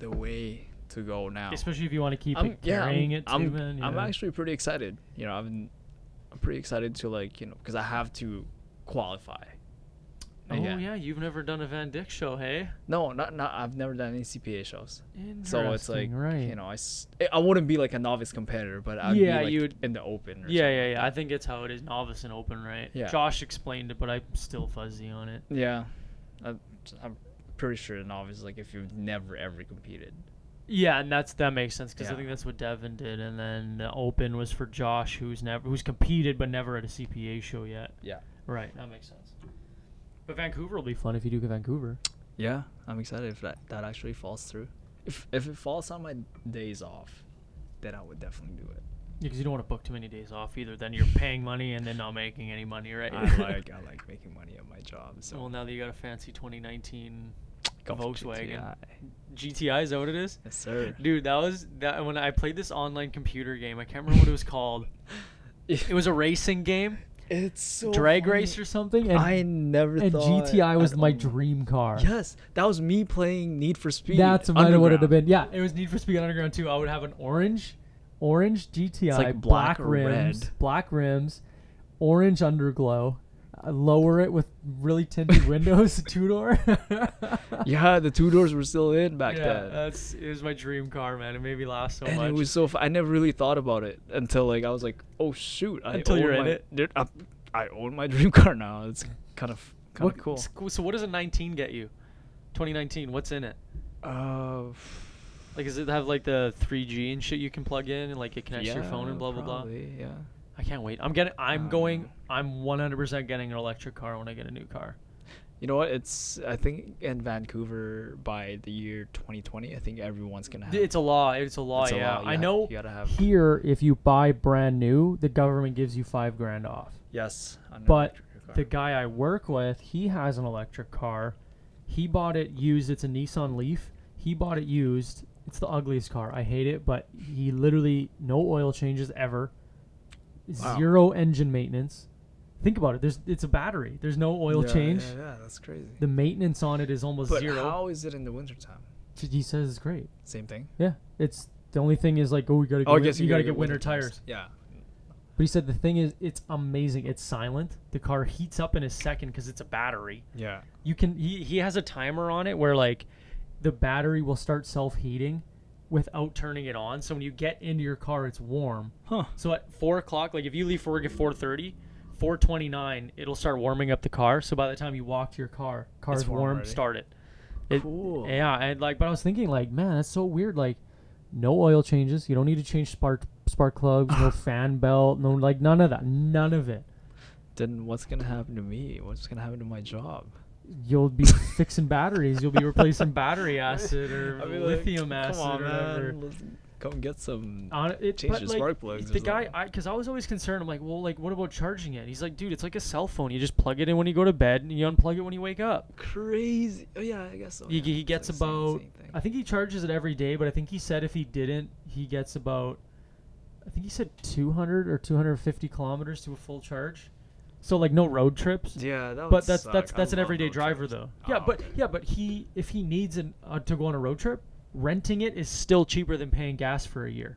[SPEAKER 9] the way to go now.
[SPEAKER 8] especially if you want to keep
[SPEAKER 9] I'm
[SPEAKER 8] it
[SPEAKER 9] yeah,
[SPEAKER 8] carrying
[SPEAKER 9] I'm,
[SPEAKER 8] it too,
[SPEAKER 9] I'm,
[SPEAKER 8] man.
[SPEAKER 9] I'm
[SPEAKER 8] yeah.
[SPEAKER 9] actually pretty excited. You know, I'm I'm pretty excited to like you know because I have to qualify.
[SPEAKER 8] Oh
[SPEAKER 9] Yeah.
[SPEAKER 8] yeah. you've never done a Van Dyck show, hey?
[SPEAKER 9] No, not not. I've never done any CPA shows. So it's like
[SPEAKER 8] Interesting, right?
[SPEAKER 9] you know I, s- eh, I wouldn't be like a novice competitor, but I'd
[SPEAKER 8] Yeah,
[SPEAKER 9] be like
[SPEAKER 8] you would-
[SPEAKER 9] in the open. Or
[SPEAKER 8] yeah,
[SPEAKER 9] something
[SPEAKER 8] yeah,
[SPEAKER 9] like
[SPEAKER 8] yeah. I think it's how it is, novice and open, right?
[SPEAKER 9] Yeah.
[SPEAKER 8] Josh explained it, but I'm still fuzzy on it.
[SPEAKER 9] that. yeah. I, I'm pretty sure a novice like if you've never ever competed.
[SPEAKER 8] Yeah, and that's that makes sense because I
[SPEAKER 9] Yeah.
[SPEAKER 8] think that's what Devin did, and then the open was for Josh, who's never who's competed but never at a CPA show yet.
[SPEAKER 9] Yeah.
[SPEAKER 8] Right, that makes sense. But Vancouver will be fun if you do go Vancouver.
[SPEAKER 9] Yeah, I'm excited if that that actually falls through. If if it falls on my days off, then I would definitely do it.
[SPEAKER 8] Because you don't want to book too many days off either. Then you're paying money and then not making any money, right?
[SPEAKER 9] I like I like making money at my job. So
[SPEAKER 8] well, now that you got a fancy 2019
[SPEAKER 9] Go for
[SPEAKER 8] Volkswagen.
[SPEAKER 9] GTI.
[SPEAKER 8] GTI, is that what it is?
[SPEAKER 9] Yes, sir.
[SPEAKER 8] Dude, that was that when I played this online computer game. I can't remember what it was called. It was a racing game,
[SPEAKER 9] It's so
[SPEAKER 8] drag
[SPEAKER 9] funny.
[SPEAKER 8] race or something, and,
[SPEAKER 9] I never
[SPEAKER 8] and
[SPEAKER 9] thought
[SPEAKER 8] GTI was
[SPEAKER 9] at
[SPEAKER 8] my
[SPEAKER 9] all.
[SPEAKER 8] dream car.
[SPEAKER 9] Yes, that was me playing Need for Speed.
[SPEAKER 8] That's might have what it'd have
[SPEAKER 9] Underground.
[SPEAKER 8] been. Yeah, it was Need for Speed Underground too. I would have an orange, orange GTI,
[SPEAKER 9] like
[SPEAKER 8] black,
[SPEAKER 9] black or
[SPEAKER 8] rims,
[SPEAKER 9] red.
[SPEAKER 8] black rims, orange underglow. I lower it with really tinted windows, two door.
[SPEAKER 9] Yeah, the two doors were still in back
[SPEAKER 8] yeah,
[SPEAKER 9] then.
[SPEAKER 8] that's it was my dream car, man. It made me laugh so
[SPEAKER 9] and
[SPEAKER 8] much.
[SPEAKER 9] it was so. Fu- I never really thought about it until like I was like, oh shoot! I
[SPEAKER 8] Until you're
[SPEAKER 9] own
[SPEAKER 8] in
[SPEAKER 9] my-
[SPEAKER 8] it.
[SPEAKER 9] Dude, I, I own my dream car now. It's kind of kind
[SPEAKER 8] What-
[SPEAKER 9] of cool.
[SPEAKER 8] So what does a 19 get you? 2019, what's in it?
[SPEAKER 9] Uh,
[SPEAKER 8] Like, does it have like the 3G and shit you can plug in, and like it connects to your phone and blah blah blah?
[SPEAKER 9] Yeah.
[SPEAKER 8] I can't wait. I'm getting. I'm going.
[SPEAKER 9] Um,
[SPEAKER 8] I'm 100% getting an electric car when I get a new car.
[SPEAKER 9] You know what? It's I think in Vancouver by the year 2020, I think everyone's gonna have.
[SPEAKER 8] It's a law. It's a law.
[SPEAKER 9] It's a
[SPEAKER 8] yeah,
[SPEAKER 9] law,
[SPEAKER 8] I
[SPEAKER 9] yeah.
[SPEAKER 8] know.
[SPEAKER 9] You gotta have-
[SPEAKER 8] Here, if you buy brand new, the government gives you five grand off.
[SPEAKER 9] yes. on an
[SPEAKER 8] But
[SPEAKER 9] electric car.
[SPEAKER 8] the guy I work with, he has an electric car. He bought it used. It's a Nissan Leaf. He bought it used. It's the ugliest car. I hate it, but he literally no oil changes ever.
[SPEAKER 9] Wow.
[SPEAKER 8] Zero engine maintenance. Think about it. There's it's a battery. There's no oil
[SPEAKER 9] Yeah,
[SPEAKER 8] change.
[SPEAKER 9] Yeah, yeah, that's crazy.
[SPEAKER 8] The maintenance on it is almost
[SPEAKER 9] but
[SPEAKER 8] zero.
[SPEAKER 9] how is it in the wintertime?
[SPEAKER 8] He says it's great.
[SPEAKER 9] Same thing.
[SPEAKER 8] Yeah, it's the only thing is like oh we gotta go
[SPEAKER 9] Oh, I
[SPEAKER 8] win-
[SPEAKER 9] guess
[SPEAKER 8] you, gotta, get
[SPEAKER 9] winter
[SPEAKER 8] winter tires.
[SPEAKER 9] Yeah.
[SPEAKER 8] But he said the thing is it's amazing. It's silent. The car heats up in a second because it's a battery.
[SPEAKER 9] Yeah.
[SPEAKER 8] you can he, he has a timer on it where like the battery will start self-heating without turning it on so when you get into your car it's warm
[SPEAKER 9] Huh.
[SPEAKER 8] so at four o'clock like if you leave for work at 4.30 4.29 it'll start warming up the car so by the time you walk to your car car's
[SPEAKER 9] It's warm
[SPEAKER 8] warm,
[SPEAKER 9] already.
[SPEAKER 8] start it. It-
[SPEAKER 9] Cool.
[SPEAKER 8] yeah and like but i was thinking like man that's so weird like no oil changes you don't need to change spark spark plugs no fan belt no like none of that none of it
[SPEAKER 9] Then what's gonna happen to me? What's gonna happen to my job?
[SPEAKER 8] you'll be fixing batteries. You'll be replacing battery acid Um, or lithium acid or whatever.
[SPEAKER 9] Listen, Come and get some.
[SPEAKER 8] On it,
[SPEAKER 9] Change
[SPEAKER 8] but
[SPEAKER 9] the
[SPEAKER 8] like,
[SPEAKER 9] spark plugs or
[SPEAKER 8] The guy,
[SPEAKER 9] something.
[SPEAKER 8] I because I was always concerned. I'm like, well, like, what about charging it? He's like, dude, it's like a cell phone. You just plug it in when you go to bed, and you unplug it when you wake up.
[SPEAKER 9] Crazy. Oh yeah, I guess so.
[SPEAKER 8] He,
[SPEAKER 9] yeah.
[SPEAKER 8] he
[SPEAKER 9] It's
[SPEAKER 8] gets
[SPEAKER 9] like same-
[SPEAKER 8] about.
[SPEAKER 9] same thing.
[SPEAKER 8] I think he charges it every day, but I think he said if he didn't, he gets about. I think he said 200 or 250 kilometers to a full charge. So like no road trips.
[SPEAKER 9] Yeah, that would
[SPEAKER 8] But that's
[SPEAKER 9] suck.
[SPEAKER 8] that's
[SPEAKER 9] I
[SPEAKER 8] that's an
[SPEAKER 9] love
[SPEAKER 8] everyday
[SPEAKER 9] road
[SPEAKER 8] driver
[SPEAKER 9] trips.
[SPEAKER 8] though.
[SPEAKER 9] Oh,
[SPEAKER 8] Yeah, but
[SPEAKER 9] okay.
[SPEAKER 8] yeah, but he if he needs an uh, to go on a road trip, renting it is still cheaper than paying gas for a year.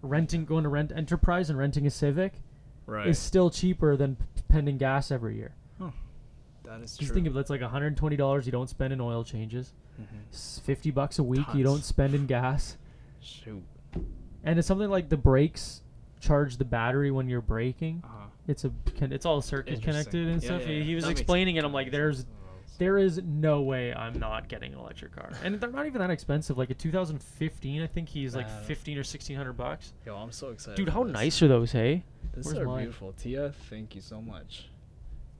[SPEAKER 8] Renting going to rent Enterprise and renting a Civic
[SPEAKER 9] right.
[SPEAKER 8] is still cheaper than p- spending gas every year.
[SPEAKER 9] that is true. Mm-hmm.
[SPEAKER 8] Just think of that's like $120 you don't spend in oil changes. S- 50 bucks a week you
[SPEAKER 9] Tons.
[SPEAKER 8] don't spend in gas.
[SPEAKER 9] Shoot.
[SPEAKER 8] And it's something like the brakes charge the battery when you're braking.
[SPEAKER 9] Uh-huh.
[SPEAKER 8] It's a con- it's all circuit
[SPEAKER 9] Interesting.
[SPEAKER 8] connected and
[SPEAKER 9] Yeah,
[SPEAKER 8] stuff.
[SPEAKER 9] yeah,
[SPEAKER 8] He,
[SPEAKER 9] yeah.
[SPEAKER 8] he was
[SPEAKER 9] That makes
[SPEAKER 8] explaining it. I'm
[SPEAKER 9] sense.
[SPEAKER 8] like, there's there is no way I'm not getting an electric car, and they're not even that expensive. Like a 2015, I think he's like
[SPEAKER 9] Nah, I don't-
[SPEAKER 8] 15 or 1600 bucks.
[SPEAKER 9] Yo, I'm so excited.
[SPEAKER 8] Dude,
[SPEAKER 9] for
[SPEAKER 8] how
[SPEAKER 9] this.
[SPEAKER 8] nice are those? Hey,
[SPEAKER 9] This
[SPEAKER 8] Where's
[SPEAKER 9] are
[SPEAKER 8] mine?
[SPEAKER 9] beautiful, Tia. Thank you so much.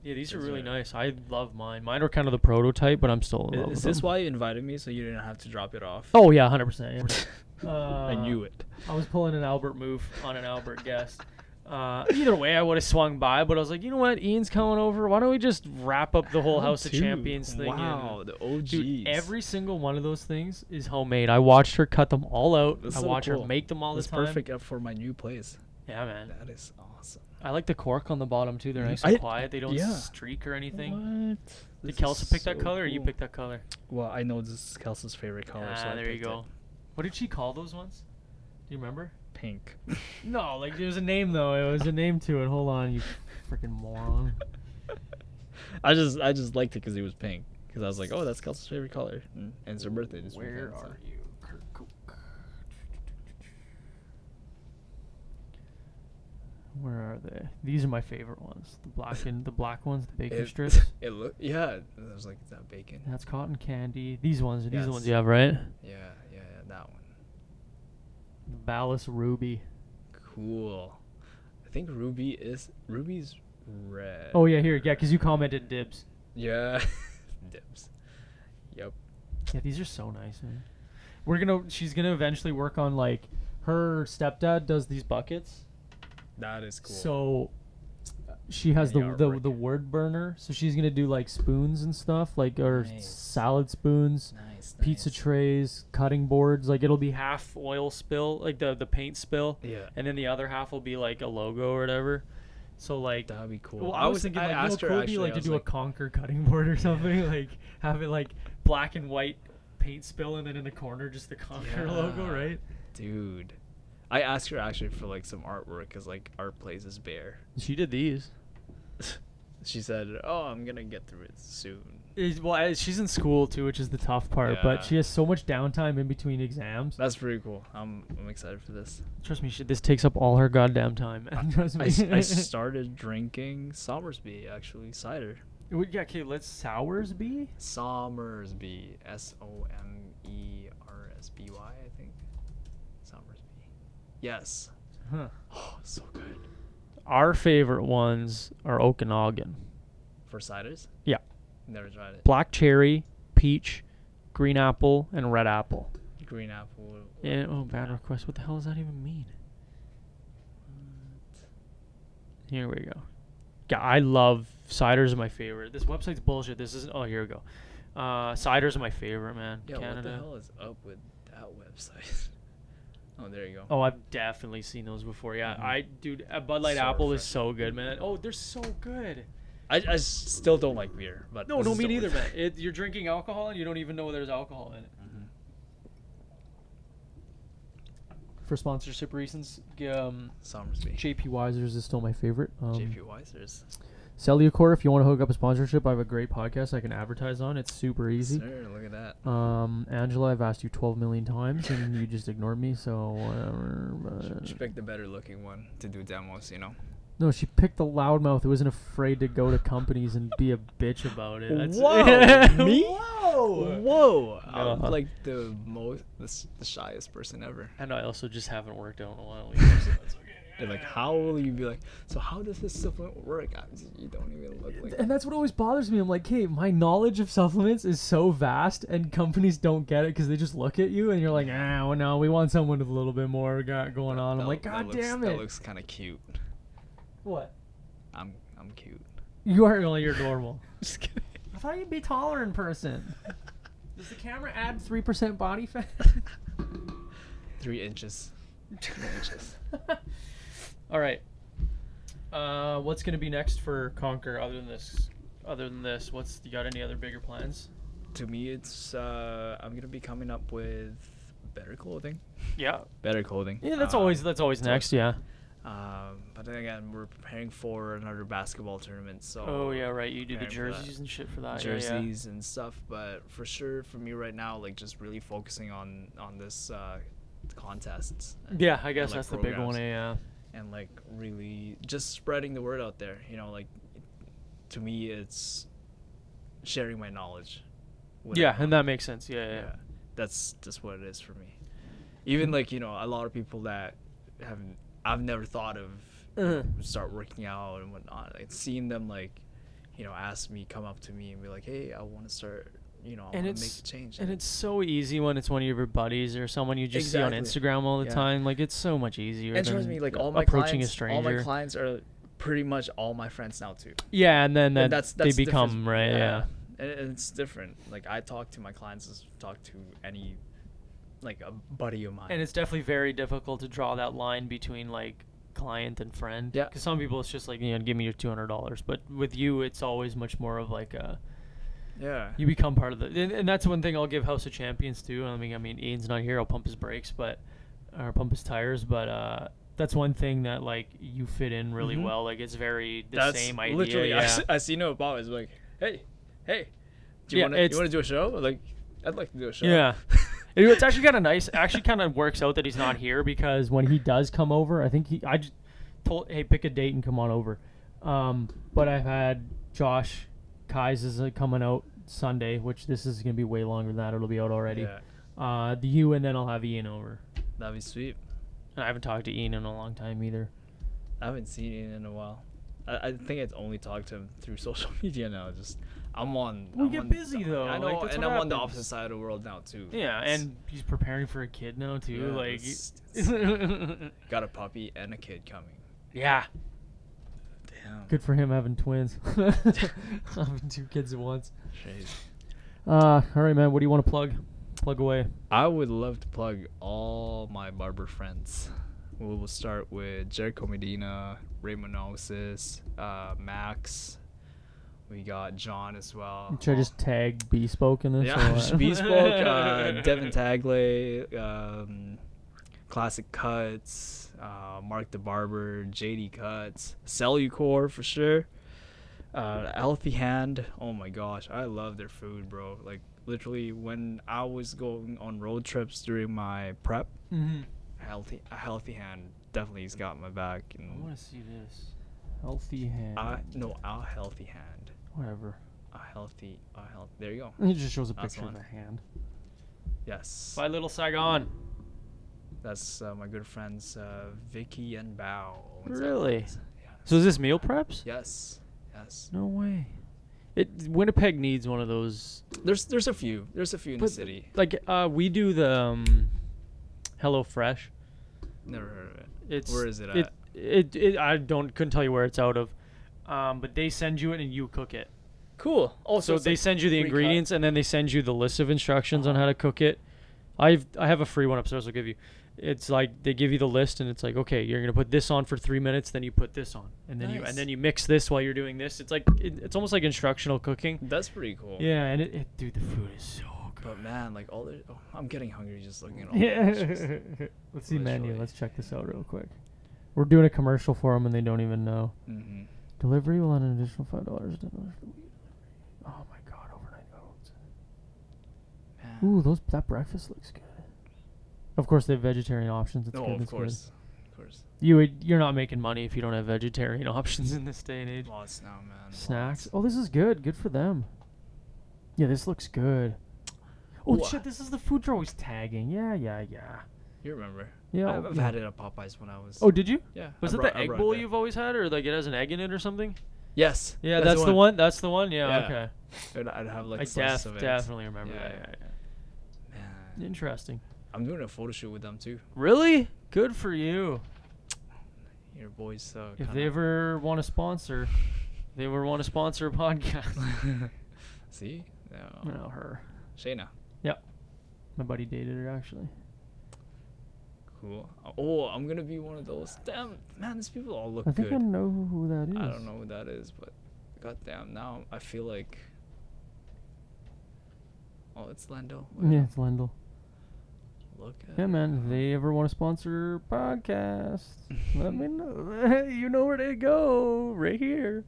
[SPEAKER 8] yeah, these are
[SPEAKER 9] These
[SPEAKER 8] really
[SPEAKER 9] are-
[SPEAKER 8] nice. I love mine. Mine are kind of the prototype, but I'm still in love
[SPEAKER 9] Is
[SPEAKER 8] with
[SPEAKER 9] this
[SPEAKER 8] them.
[SPEAKER 9] why you invited me so you didn't have to drop it off?
[SPEAKER 8] Oh yeah, 100. percent yeah. uh,
[SPEAKER 9] I knew it.
[SPEAKER 8] I was pulling an Albert move on an Albert guest. Uh, either way, I would have swung by, but I was like, you know what? Ian's coming over. Why don't we just wrap up the whole House of Champions thing? and-
[SPEAKER 9] Wow, the OGs.
[SPEAKER 8] Dude, every single one of those things is homemade. I watched her cut them all out.
[SPEAKER 9] That's
[SPEAKER 8] I
[SPEAKER 9] so
[SPEAKER 8] watch
[SPEAKER 9] cool.
[SPEAKER 8] her make them all
[SPEAKER 9] That's
[SPEAKER 8] the time.
[SPEAKER 9] perfect up for my new place.
[SPEAKER 8] Yeah, man.
[SPEAKER 9] That is awesome.
[SPEAKER 8] I like the cork on the bottom too. They're nice
[SPEAKER 9] I-
[SPEAKER 8] and quiet. They don't
[SPEAKER 9] yeah.
[SPEAKER 8] streak or anything.
[SPEAKER 9] What?
[SPEAKER 8] Did Kelsa pick that color or you picked that color?
[SPEAKER 9] Well, I know this is Kelsa's favorite color, Oh, so
[SPEAKER 8] ah,
[SPEAKER 9] I
[SPEAKER 8] there you
[SPEAKER 9] picked it.
[SPEAKER 8] go. What did she call those ones? Do you remember?
[SPEAKER 9] Pink.
[SPEAKER 8] No, like there's a name though. It was a name to it. Hold on, you freaking moron.
[SPEAKER 9] I just I just liked it because it was pink. Because I was like, oh, that's Kelsa's favorite color, and it's her birthday this
[SPEAKER 8] Where
[SPEAKER 9] weekend. so-
[SPEAKER 8] are you, Kirkuk? Where are they? These are my favorite ones. The black and the black ones, the bacon
[SPEAKER 9] It,
[SPEAKER 8] strips.
[SPEAKER 9] it look yeah. I was like, is that bacon?
[SPEAKER 8] That's cotton candy. These ones. These are the ones
[SPEAKER 9] Yes.
[SPEAKER 8] you have, right?
[SPEAKER 9] Yeah, yeah, yeah, that one.
[SPEAKER 8] The Ballas Ruby.
[SPEAKER 9] Cool. I think Ruby is Ruby's red.
[SPEAKER 8] Oh yeah, here, yeah, because you commented dibs.
[SPEAKER 9] Yeah. Dips. Yep.
[SPEAKER 8] Yeah, these are so nice, man. We're gonna. She's gonna eventually work on like her stepdad does these buckets.
[SPEAKER 9] That is cool.
[SPEAKER 8] So she has
[SPEAKER 9] The
[SPEAKER 8] the the,
[SPEAKER 9] artwork.
[SPEAKER 8] the word burner. So she's gonna do like spoons and stuff, like or s-
[SPEAKER 9] Nice.
[SPEAKER 8] salad spoons,
[SPEAKER 9] nice.
[SPEAKER 8] pizza
[SPEAKER 9] nice.
[SPEAKER 8] trays, cutting boards. Like it'll be half oil spill, like the the paint spill,
[SPEAKER 9] Yeah.
[SPEAKER 8] and then the other half will be like a logo or whatever. So like.
[SPEAKER 9] That'd be cool.
[SPEAKER 8] Well, I was thinking like, you know, cool it'd be, like
[SPEAKER 9] I
[SPEAKER 8] to
[SPEAKER 9] was
[SPEAKER 8] do a conquer cutting board or something, like have it like black and white paint spill, and then in the corner just the conquer logo,
[SPEAKER 9] Yeah.
[SPEAKER 8] right?
[SPEAKER 9] dude. I asked her actually for like some artwork because like art plays is bare.
[SPEAKER 8] She did these.
[SPEAKER 9] She said, "Oh, I'm gonna get through it soon."
[SPEAKER 8] Is, well, I- she's in school too, which is the tough part.
[SPEAKER 9] Yeah.
[SPEAKER 8] But she has so much downtime in between exams.
[SPEAKER 9] That's pretty cool. I'm I'm excited for this.
[SPEAKER 8] Trust me, she, this takes up all her goddamn time. Trust
[SPEAKER 9] I,
[SPEAKER 8] me.
[SPEAKER 9] s- I started drinking Somersby actually cider.
[SPEAKER 8] Well, yeah, okay. Let's Sowersby.
[SPEAKER 9] Somersby, S O M E R S B Y, I think. Somersby. Yes.
[SPEAKER 8] Huh.
[SPEAKER 9] Oh, so good.
[SPEAKER 8] Our favorite ones are Okanagan,
[SPEAKER 9] For ciders?
[SPEAKER 8] Yeah.
[SPEAKER 9] Never tried it.
[SPEAKER 8] black cherry, peach, green apple, and red apple.
[SPEAKER 9] Green apple.
[SPEAKER 8] Yeah. Oh, bad request. What the hell does that even mean? Here we go. Yeah, I love ciders are my favorite. This website's bullshit. This isn't. Oh, here we go. Uh, ciders are my favorite, man.
[SPEAKER 9] Yeah, what the
[SPEAKER 8] Canada.
[SPEAKER 9] hell is up with that website? oh, there you go.
[SPEAKER 8] Oh, I've definitely seen those before. Yeah, I dude, a Bud Light
[SPEAKER 9] So
[SPEAKER 8] Apple is
[SPEAKER 9] refreshing.
[SPEAKER 8] Mm-hmm. so good, man. Oh, they're so good.
[SPEAKER 9] I, I s- still don't like beer, but
[SPEAKER 8] No,
[SPEAKER 9] this
[SPEAKER 8] no,
[SPEAKER 9] is
[SPEAKER 8] me
[SPEAKER 9] the
[SPEAKER 8] neither,
[SPEAKER 9] only-
[SPEAKER 8] man. It, you're drinking alcohol and you don't even know there's alcohol in it.
[SPEAKER 9] Mm-hmm.
[SPEAKER 8] For sponsorship reasons, g- um,
[SPEAKER 9] Somersby.
[SPEAKER 8] JP Wisers is still my favorite. Um,
[SPEAKER 9] JP Weisers.
[SPEAKER 8] Cellucor, if you want to hook up a sponsorship, I have a great podcast I can advertise on. It's super easy.
[SPEAKER 9] Sir, look at that.
[SPEAKER 8] Um, Angela, I've asked you 12 million times and you just ignored me, so whatever. But...
[SPEAKER 9] Should pick the better looking one to do demos, you know?
[SPEAKER 8] No, she picked the loudmouth who wasn't afraid to go to companies and be a bitch about it. That's
[SPEAKER 9] Whoa, me?
[SPEAKER 8] Whoa!
[SPEAKER 9] Whoa! I'm
[SPEAKER 8] No.
[SPEAKER 9] like the most, the, s- the shyest person ever.
[SPEAKER 8] And I also just haven't worked out in a while. Either, so that's okay.
[SPEAKER 9] They're like, how will you be like? So how does this supplement work? I was, you don't even look like.
[SPEAKER 8] and that's what always bothers me. I'm like, hey, my knowledge of supplements is so vast, and companies don't get it because they just look at you and you're like, ah, well, no, we want someone with a little bit more got going on. I'm
[SPEAKER 9] That-
[SPEAKER 8] like,
[SPEAKER 9] that
[SPEAKER 8] god
[SPEAKER 9] looks-
[SPEAKER 8] damn
[SPEAKER 9] That
[SPEAKER 8] it!
[SPEAKER 9] looks kind of cute.
[SPEAKER 8] what?
[SPEAKER 9] I'm I'm cute.
[SPEAKER 8] You are only you're normal.
[SPEAKER 9] Just kidding.
[SPEAKER 8] I thought you'd be taller in person. Does the camera add three percent body fat?
[SPEAKER 9] Three inches. Three inches.
[SPEAKER 8] All right. Uh, what's gonna be next for Conquer other than this? Other than this, what's you got any other bigger plans?
[SPEAKER 9] To me, it's uh, I'm gonna be coming up with better clothing.
[SPEAKER 8] Yeah.
[SPEAKER 9] Better clothing.
[SPEAKER 8] Yeah, that's
[SPEAKER 9] Um,
[SPEAKER 8] always that's always next. Yeah.
[SPEAKER 9] Um, but then again, we're preparing for another basketball tournament, so
[SPEAKER 8] Oh yeah, right. You do the
[SPEAKER 9] preparing for that.
[SPEAKER 8] jerseys and shit for that. Yeah, yeah.
[SPEAKER 9] jerseys and stuff. But for sure, for me right now, like just really focusing on on this uh, contest. and-
[SPEAKER 8] Yeah, I guess
[SPEAKER 9] like
[SPEAKER 8] that's the big one.
[SPEAKER 9] programs.
[SPEAKER 8] Yeah.
[SPEAKER 9] and like really just spreading the word out there you know like to me it's sharing my knowledge with
[SPEAKER 8] Yeah,
[SPEAKER 9] everyone.
[SPEAKER 8] and that makes sense. Yeah, yeah. yeah.
[SPEAKER 9] yeah that's just what it is for me
[SPEAKER 8] Hmm.
[SPEAKER 9] even like you know a lot of people that haven't i've never thought of you know,
[SPEAKER 8] Mm-hmm.
[SPEAKER 9] start working out and whatnot like seeing them like you know ask me come up to me and be like hey i want to start you know i
[SPEAKER 8] And
[SPEAKER 9] want to make
[SPEAKER 8] it's-
[SPEAKER 9] a change
[SPEAKER 8] And it's so easy when it's one of your buddies or someone you just see on
[SPEAKER 9] Exactly.
[SPEAKER 8] Instagram all the
[SPEAKER 9] Yeah.
[SPEAKER 8] time. Like it's so much easier.
[SPEAKER 9] and trust
[SPEAKER 8] than
[SPEAKER 9] me like all my
[SPEAKER 8] approaching
[SPEAKER 9] clients
[SPEAKER 8] a stranger.
[SPEAKER 9] all my clients are pretty much all my friends now too
[SPEAKER 8] yeah, and then that
[SPEAKER 9] And that's, that's
[SPEAKER 8] they
[SPEAKER 9] the difference.
[SPEAKER 8] become right. Yeah.
[SPEAKER 9] And and it's different. Like I talk to my clients as talk to any, like a buddy of mine.
[SPEAKER 8] And it's definitely very difficult to draw that line between like client and friend.
[SPEAKER 9] Yeah.
[SPEAKER 8] Because some people it's just like you know give me your two hundred dollars, but with you it's always much more of like a
[SPEAKER 9] yeah,
[SPEAKER 8] you become part of the and, and that's one thing I'll give House of Champions too. I mean I mean Ian's not here, I'll pump his brakes but or pump his tires, but uh that's one thing that like you fit in really well. Like it's very the
[SPEAKER 9] Mm-hmm. that's
[SPEAKER 8] same idea.
[SPEAKER 9] literally. I
[SPEAKER 8] yeah.
[SPEAKER 9] s- I, see no about is like, hey, hey, do you
[SPEAKER 8] Yeah,
[SPEAKER 9] want to you
[SPEAKER 8] it's-
[SPEAKER 9] want to do a show? Like, I'd like to do a show.
[SPEAKER 8] Yeah. It- it's actually kind of nice. Actually, kind of works out that he's not here because when he does come over, I think he I just told hey pick a date and come on over. Um, but I've had Josh Kai's is uh, coming out Sunday, which this is gonna be way longer than that. It'll be out already.
[SPEAKER 9] yeah,
[SPEAKER 8] Uh, the you and then I'll have Ian over.
[SPEAKER 9] that'd be sweet.
[SPEAKER 8] And I haven't talked to Ian in a long time either.
[SPEAKER 9] I haven't seen Ian in a while. I, I think I'd only talked to him through social media now. Just I'm on.
[SPEAKER 8] We
[SPEAKER 9] I'm
[SPEAKER 8] get
[SPEAKER 9] on-
[SPEAKER 8] busy, though,
[SPEAKER 9] I
[SPEAKER 8] like,
[SPEAKER 9] know,
[SPEAKER 8] that's
[SPEAKER 9] and
[SPEAKER 8] what
[SPEAKER 9] I'm on the
[SPEAKER 8] happens.
[SPEAKER 9] opposite side of the world now too.
[SPEAKER 8] Yeah,
[SPEAKER 9] It's-
[SPEAKER 8] and he's preparing for a kid now too.
[SPEAKER 9] Yeah,
[SPEAKER 8] like,
[SPEAKER 9] it's- it's- got a puppy and a kid coming.
[SPEAKER 8] yeah,
[SPEAKER 9] Damn.
[SPEAKER 8] good for him having twins, having two kids at once.
[SPEAKER 9] Jeez.
[SPEAKER 8] Uh, all right, man. What do you want to plug? Plug away.
[SPEAKER 9] I would love to plug all my barber friends. We will start with Jericho Medina, Raymonosis, uh, Max. We got John as well.
[SPEAKER 8] Should I just tag Bespoke in this?
[SPEAKER 9] yeah,
[SPEAKER 8] or what?
[SPEAKER 9] Bespoke, uh, Devin Tagley, um, Classic Cuts, uh, Mark the Barber, JD Cuts, Cellucor for sure. Uh, Healthy Hand, oh my gosh, I love their food, bro. Like literally, when I was going on road trips during my prep,
[SPEAKER 8] Mhm.
[SPEAKER 9] healthy a Healthy Hand definitely has got my back.
[SPEAKER 8] I
[SPEAKER 9] And
[SPEAKER 8] want to see this. Healthy hand.
[SPEAKER 9] I no, a Healthy Hand,
[SPEAKER 8] Whatever.
[SPEAKER 9] a healthy, a healthy. There you go.
[SPEAKER 8] It just shows a
[SPEAKER 9] That's
[SPEAKER 8] picture of
[SPEAKER 9] one.
[SPEAKER 8] the hand.
[SPEAKER 9] Yes.
[SPEAKER 8] By Little Saigon.
[SPEAKER 9] That's uh, my good friends uh, Vicky and Bao. owns that
[SPEAKER 8] Really?
[SPEAKER 9] place.
[SPEAKER 8] So is this meal preps?
[SPEAKER 9] Yes. Yes.
[SPEAKER 8] No way. It Winnipeg needs one of those.
[SPEAKER 9] There's there's a few. There's a few in
[SPEAKER 8] But-
[SPEAKER 9] the city.
[SPEAKER 8] Like uh, we do the um, Hello Fresh.
[SPEAKER 9] Never heard of it.
[SPEAKER 8] It's
[SPEAKER 9] Where is it
[SPEAKER 8] It,
[SPEAKER 9] at?
[SPEAKER 8] it, it I don't couldn't tell you where it's out of, um, but they send you it and you cook it.
[SPEAKER 9] Cool. Oh, Also,
[SPEAKER 8] So they send you the
[SPEAKER 9] pre-cut.
[SPEAKER 8] ingredients and then they send you the list of instructions on how to cook it. I've I have a free one upstairs I'll give you. It's like they give you the list and it's like, okay, you're gonna put this on for three minutes, then you put this on. And then you
[SPEAKER 9] Nice.
[SPEAKER 8] and then you mix this while you're doing this. It's like it, it's almost like instructional cooking.
[SPEAKER 9] That's pretty cool.
[SPEAKER 8] Yeah, and it, it dude the food is so
[SPEAKER 9] But man, like all the, oh, I'm getting hungry just looking at all. Yeah.
[SPEAKER 8] Yeah. Let's see menu.
[SPEAKER 9] Literally.
[SPEAKER 8] Let's check this out real quick. We're doing a commercial for them and they don't even know.
[SPEAKER 9] mm-hmm.
[SPEAKER 8] Delivery will add an additional five dollars. Oh my god, overnight oats. Ooh, those that breakfast looks good. Of course, they have vegetarian options. It's
[SPEAKER 9] Oh,
[SPEAKER 8] good,
[SPEAKER 9] of
[SPEAKER 8] it's good.
[SPEAKER 9] course, of course.
[SPEAKER 8] You would, you're not making money if you don't have vegetarian options in this day and age.
[SPEAKER 9] Lots now, man.
[SPEAKER 8] Snacks.
[SPEAKER 9] lots.
[SPEAKER 8] Oh, this is good. Good for them. Yeah, this looks good. Oh
[SPEAKER 9] Wha-
[SPEAKER 8] shit, this is the food you're always tagging. Yeah, yeah, yeah.
[SPEAKER 9] You remember?
[SPEAKER 8] Yeah.
[SPEAKER 9] I- I've had it at Popeyes when I was.
[SPEAKER 8] Oh, did you?
[SPEAKER 9] yeah.
[SPEAKER 8] Was
[SPEAKER 9] I
[SPEAKER 8] it
[SPEAKER 9] brought-
[SPEAKER 8] the
[SPEAKER 9] I
[SPEAKER 8] egg
[SPEAKER 9] brought it
[SPEAKER 8] bowl
[SPEAKER 9] back.
[SPEAKER 8] you've always had, or like it has an egg in it or something?
[SPEAKER 9] Yes.
[SPEAKER 8] Yeah, that's, the, one. That's the one. Yeah.
[SPEAKER 9] Yeah.
[SPEAKER 8] Okay.
[SPEAKER 9] And I'd have like
[SPEAKER 8] I
[SPEAKER 9] slices
[SPEAKER 8] def-
[SPEAKER 9] of eggs.
[SPEAKER 8] definitely remember
[SPEAKER 9] Yeah,
[SPEAKER 8] that.
[SPEAKER 9] yeah, yeah. Man.
[SPEAKER 8] Interesting.
[SPEAKER 9] I'm doing a photo shoot with them too.
[SPEAKER 8] Really? Good for you.
[SPEAKER 9] Your uh, boys. So
[SPEAKER 8] If they ever want to sponsor, they ever want to sponsor a podcast.
[SPEAKER 9] See. No.
[SPEAKER 8] no, her.
[SPEAKER 9] Shayna.
[SPEAKER 8] My buddy dated her actually.
[SPEAKER 9] Cool. Oh, I'm gonna be one of those. Damn, man, these people all look
[SPEAKER 8] I think
[SPEAKER 9] good.
[SPEAKER 8] I know who that is.
[SPEAKER 9] I don't know who that is, but goddamn, now I feel like. Oh, it's Lando. Wait,
[SPEAKER 8] Yeah, it's Lendl.
[SPEAKER 9] Look at
[SPEAKER 8] Yeah, man. If they ever want to sponsor a podcast, let me know. you know where to go. Right here.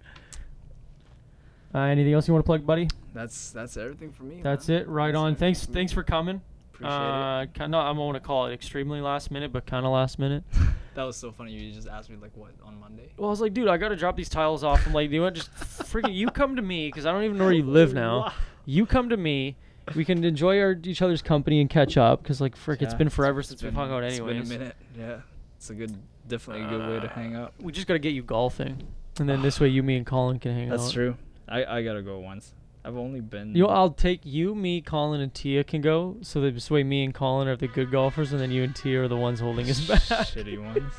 [SPEAKER 8] Uh, anything else you want to plug, buddy?
[SPEAKER 9] That's that's everything for me.
[SPEAKER 8] That's
[SPEAKER 9] man.
[SPEAKER 8] it. Right
[SPEAKER 9] That's
[SPEAKER 8] on.
[SPEAKER 9] everything
[SPEAKER 8] Thanks.
[SPEAKER 9] for me.
[SPEAKER 8] Thanks for coming.
[SPEAKER 9] Appreciate
[SPEAKER 8] uh, Kind of, I want to call it extremely last minute, but kind of last minute.
[SPEAKER 9] it. That was so funny. You just asked me like what on Monday.
[SPEAKER 8] Well, I was like, dude, I gotta drop these tiles off. I'm like, you want just freaking you come to me because I don't even know where you live now.
[SPEAKER 9] Wow.
[SPEAKER 8] You come to me. We can enjoy our each other's company and catch up because like frick, it's
[SPEAKER 9] Yeah,
[SPEAKER 8] been forever since
[SPEAKER 9] It's
[SPEAKER 8] we've hung out.
[SPEAKER 9] it's
[SPEAKER 8] Anyways,
[SPEAKER 9] been a minute. Yeah, it's a good, definitely a good way to hang out.
[SPEAKER 8] we just gotta get you golfing, and then this way you, me, and Colin can hang out.
[SPEAKER 9] That's true. I I gotta go once. I've only been.
[SPEAKER 8] You know, I'll take you, me, Colin, and Tia can go. So that this way, me and Colin are the good golfers, and then you and Tia are the ones holding us back.
[SPEAKER 9] shitty ones.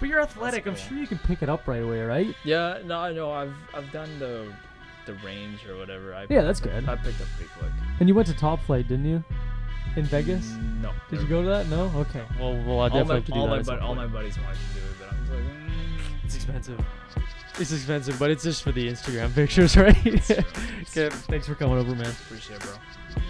[SPEAKER 8] But you're athletic. I'm
[SPEAKER 9] cool.
[SPEAKER 8] sure you can pick it up right away, right?
[SPEAKER 9] Yeah, no, I know. I've I've done the the range or whatever. I
[SPEAKER 8] Yeah, that's
[SPEAKER 9] picked up-
[SPEAKER 8] good.
[SPEAKER 9] I picked up pretty quick.
[SPEAKER 8] And you went to Top Flight, didn't you? In Vegas.
[SPEAKER 9] No.
[SPEAKER 8] Did you go to that? No. Okay. Well, well, I
[SPEAKER 9] All
[SPEAKER 8] definitely
[SPEAKER 9] my,
[SPEAKER 8] have to do
[SPEAKER 9] all,
[SPEAKER 8] that.
[SPEAKER 9] my,
[SPEAKER 8] at some
[SPEAKER 9] bud- all my
[SPEAKER 8] point.
[SPEAKER 9] buddies wanted to do it, but I was like, mm,
[SPEAKER 8] It's expensive. It's expensive, but it's just for the Instagram pictures, right?
[SPEAKER 9] true.
[SPEAKER 8] okay. Thanks for coming over, man.
[SPEAKER 9] appreciate it, bro.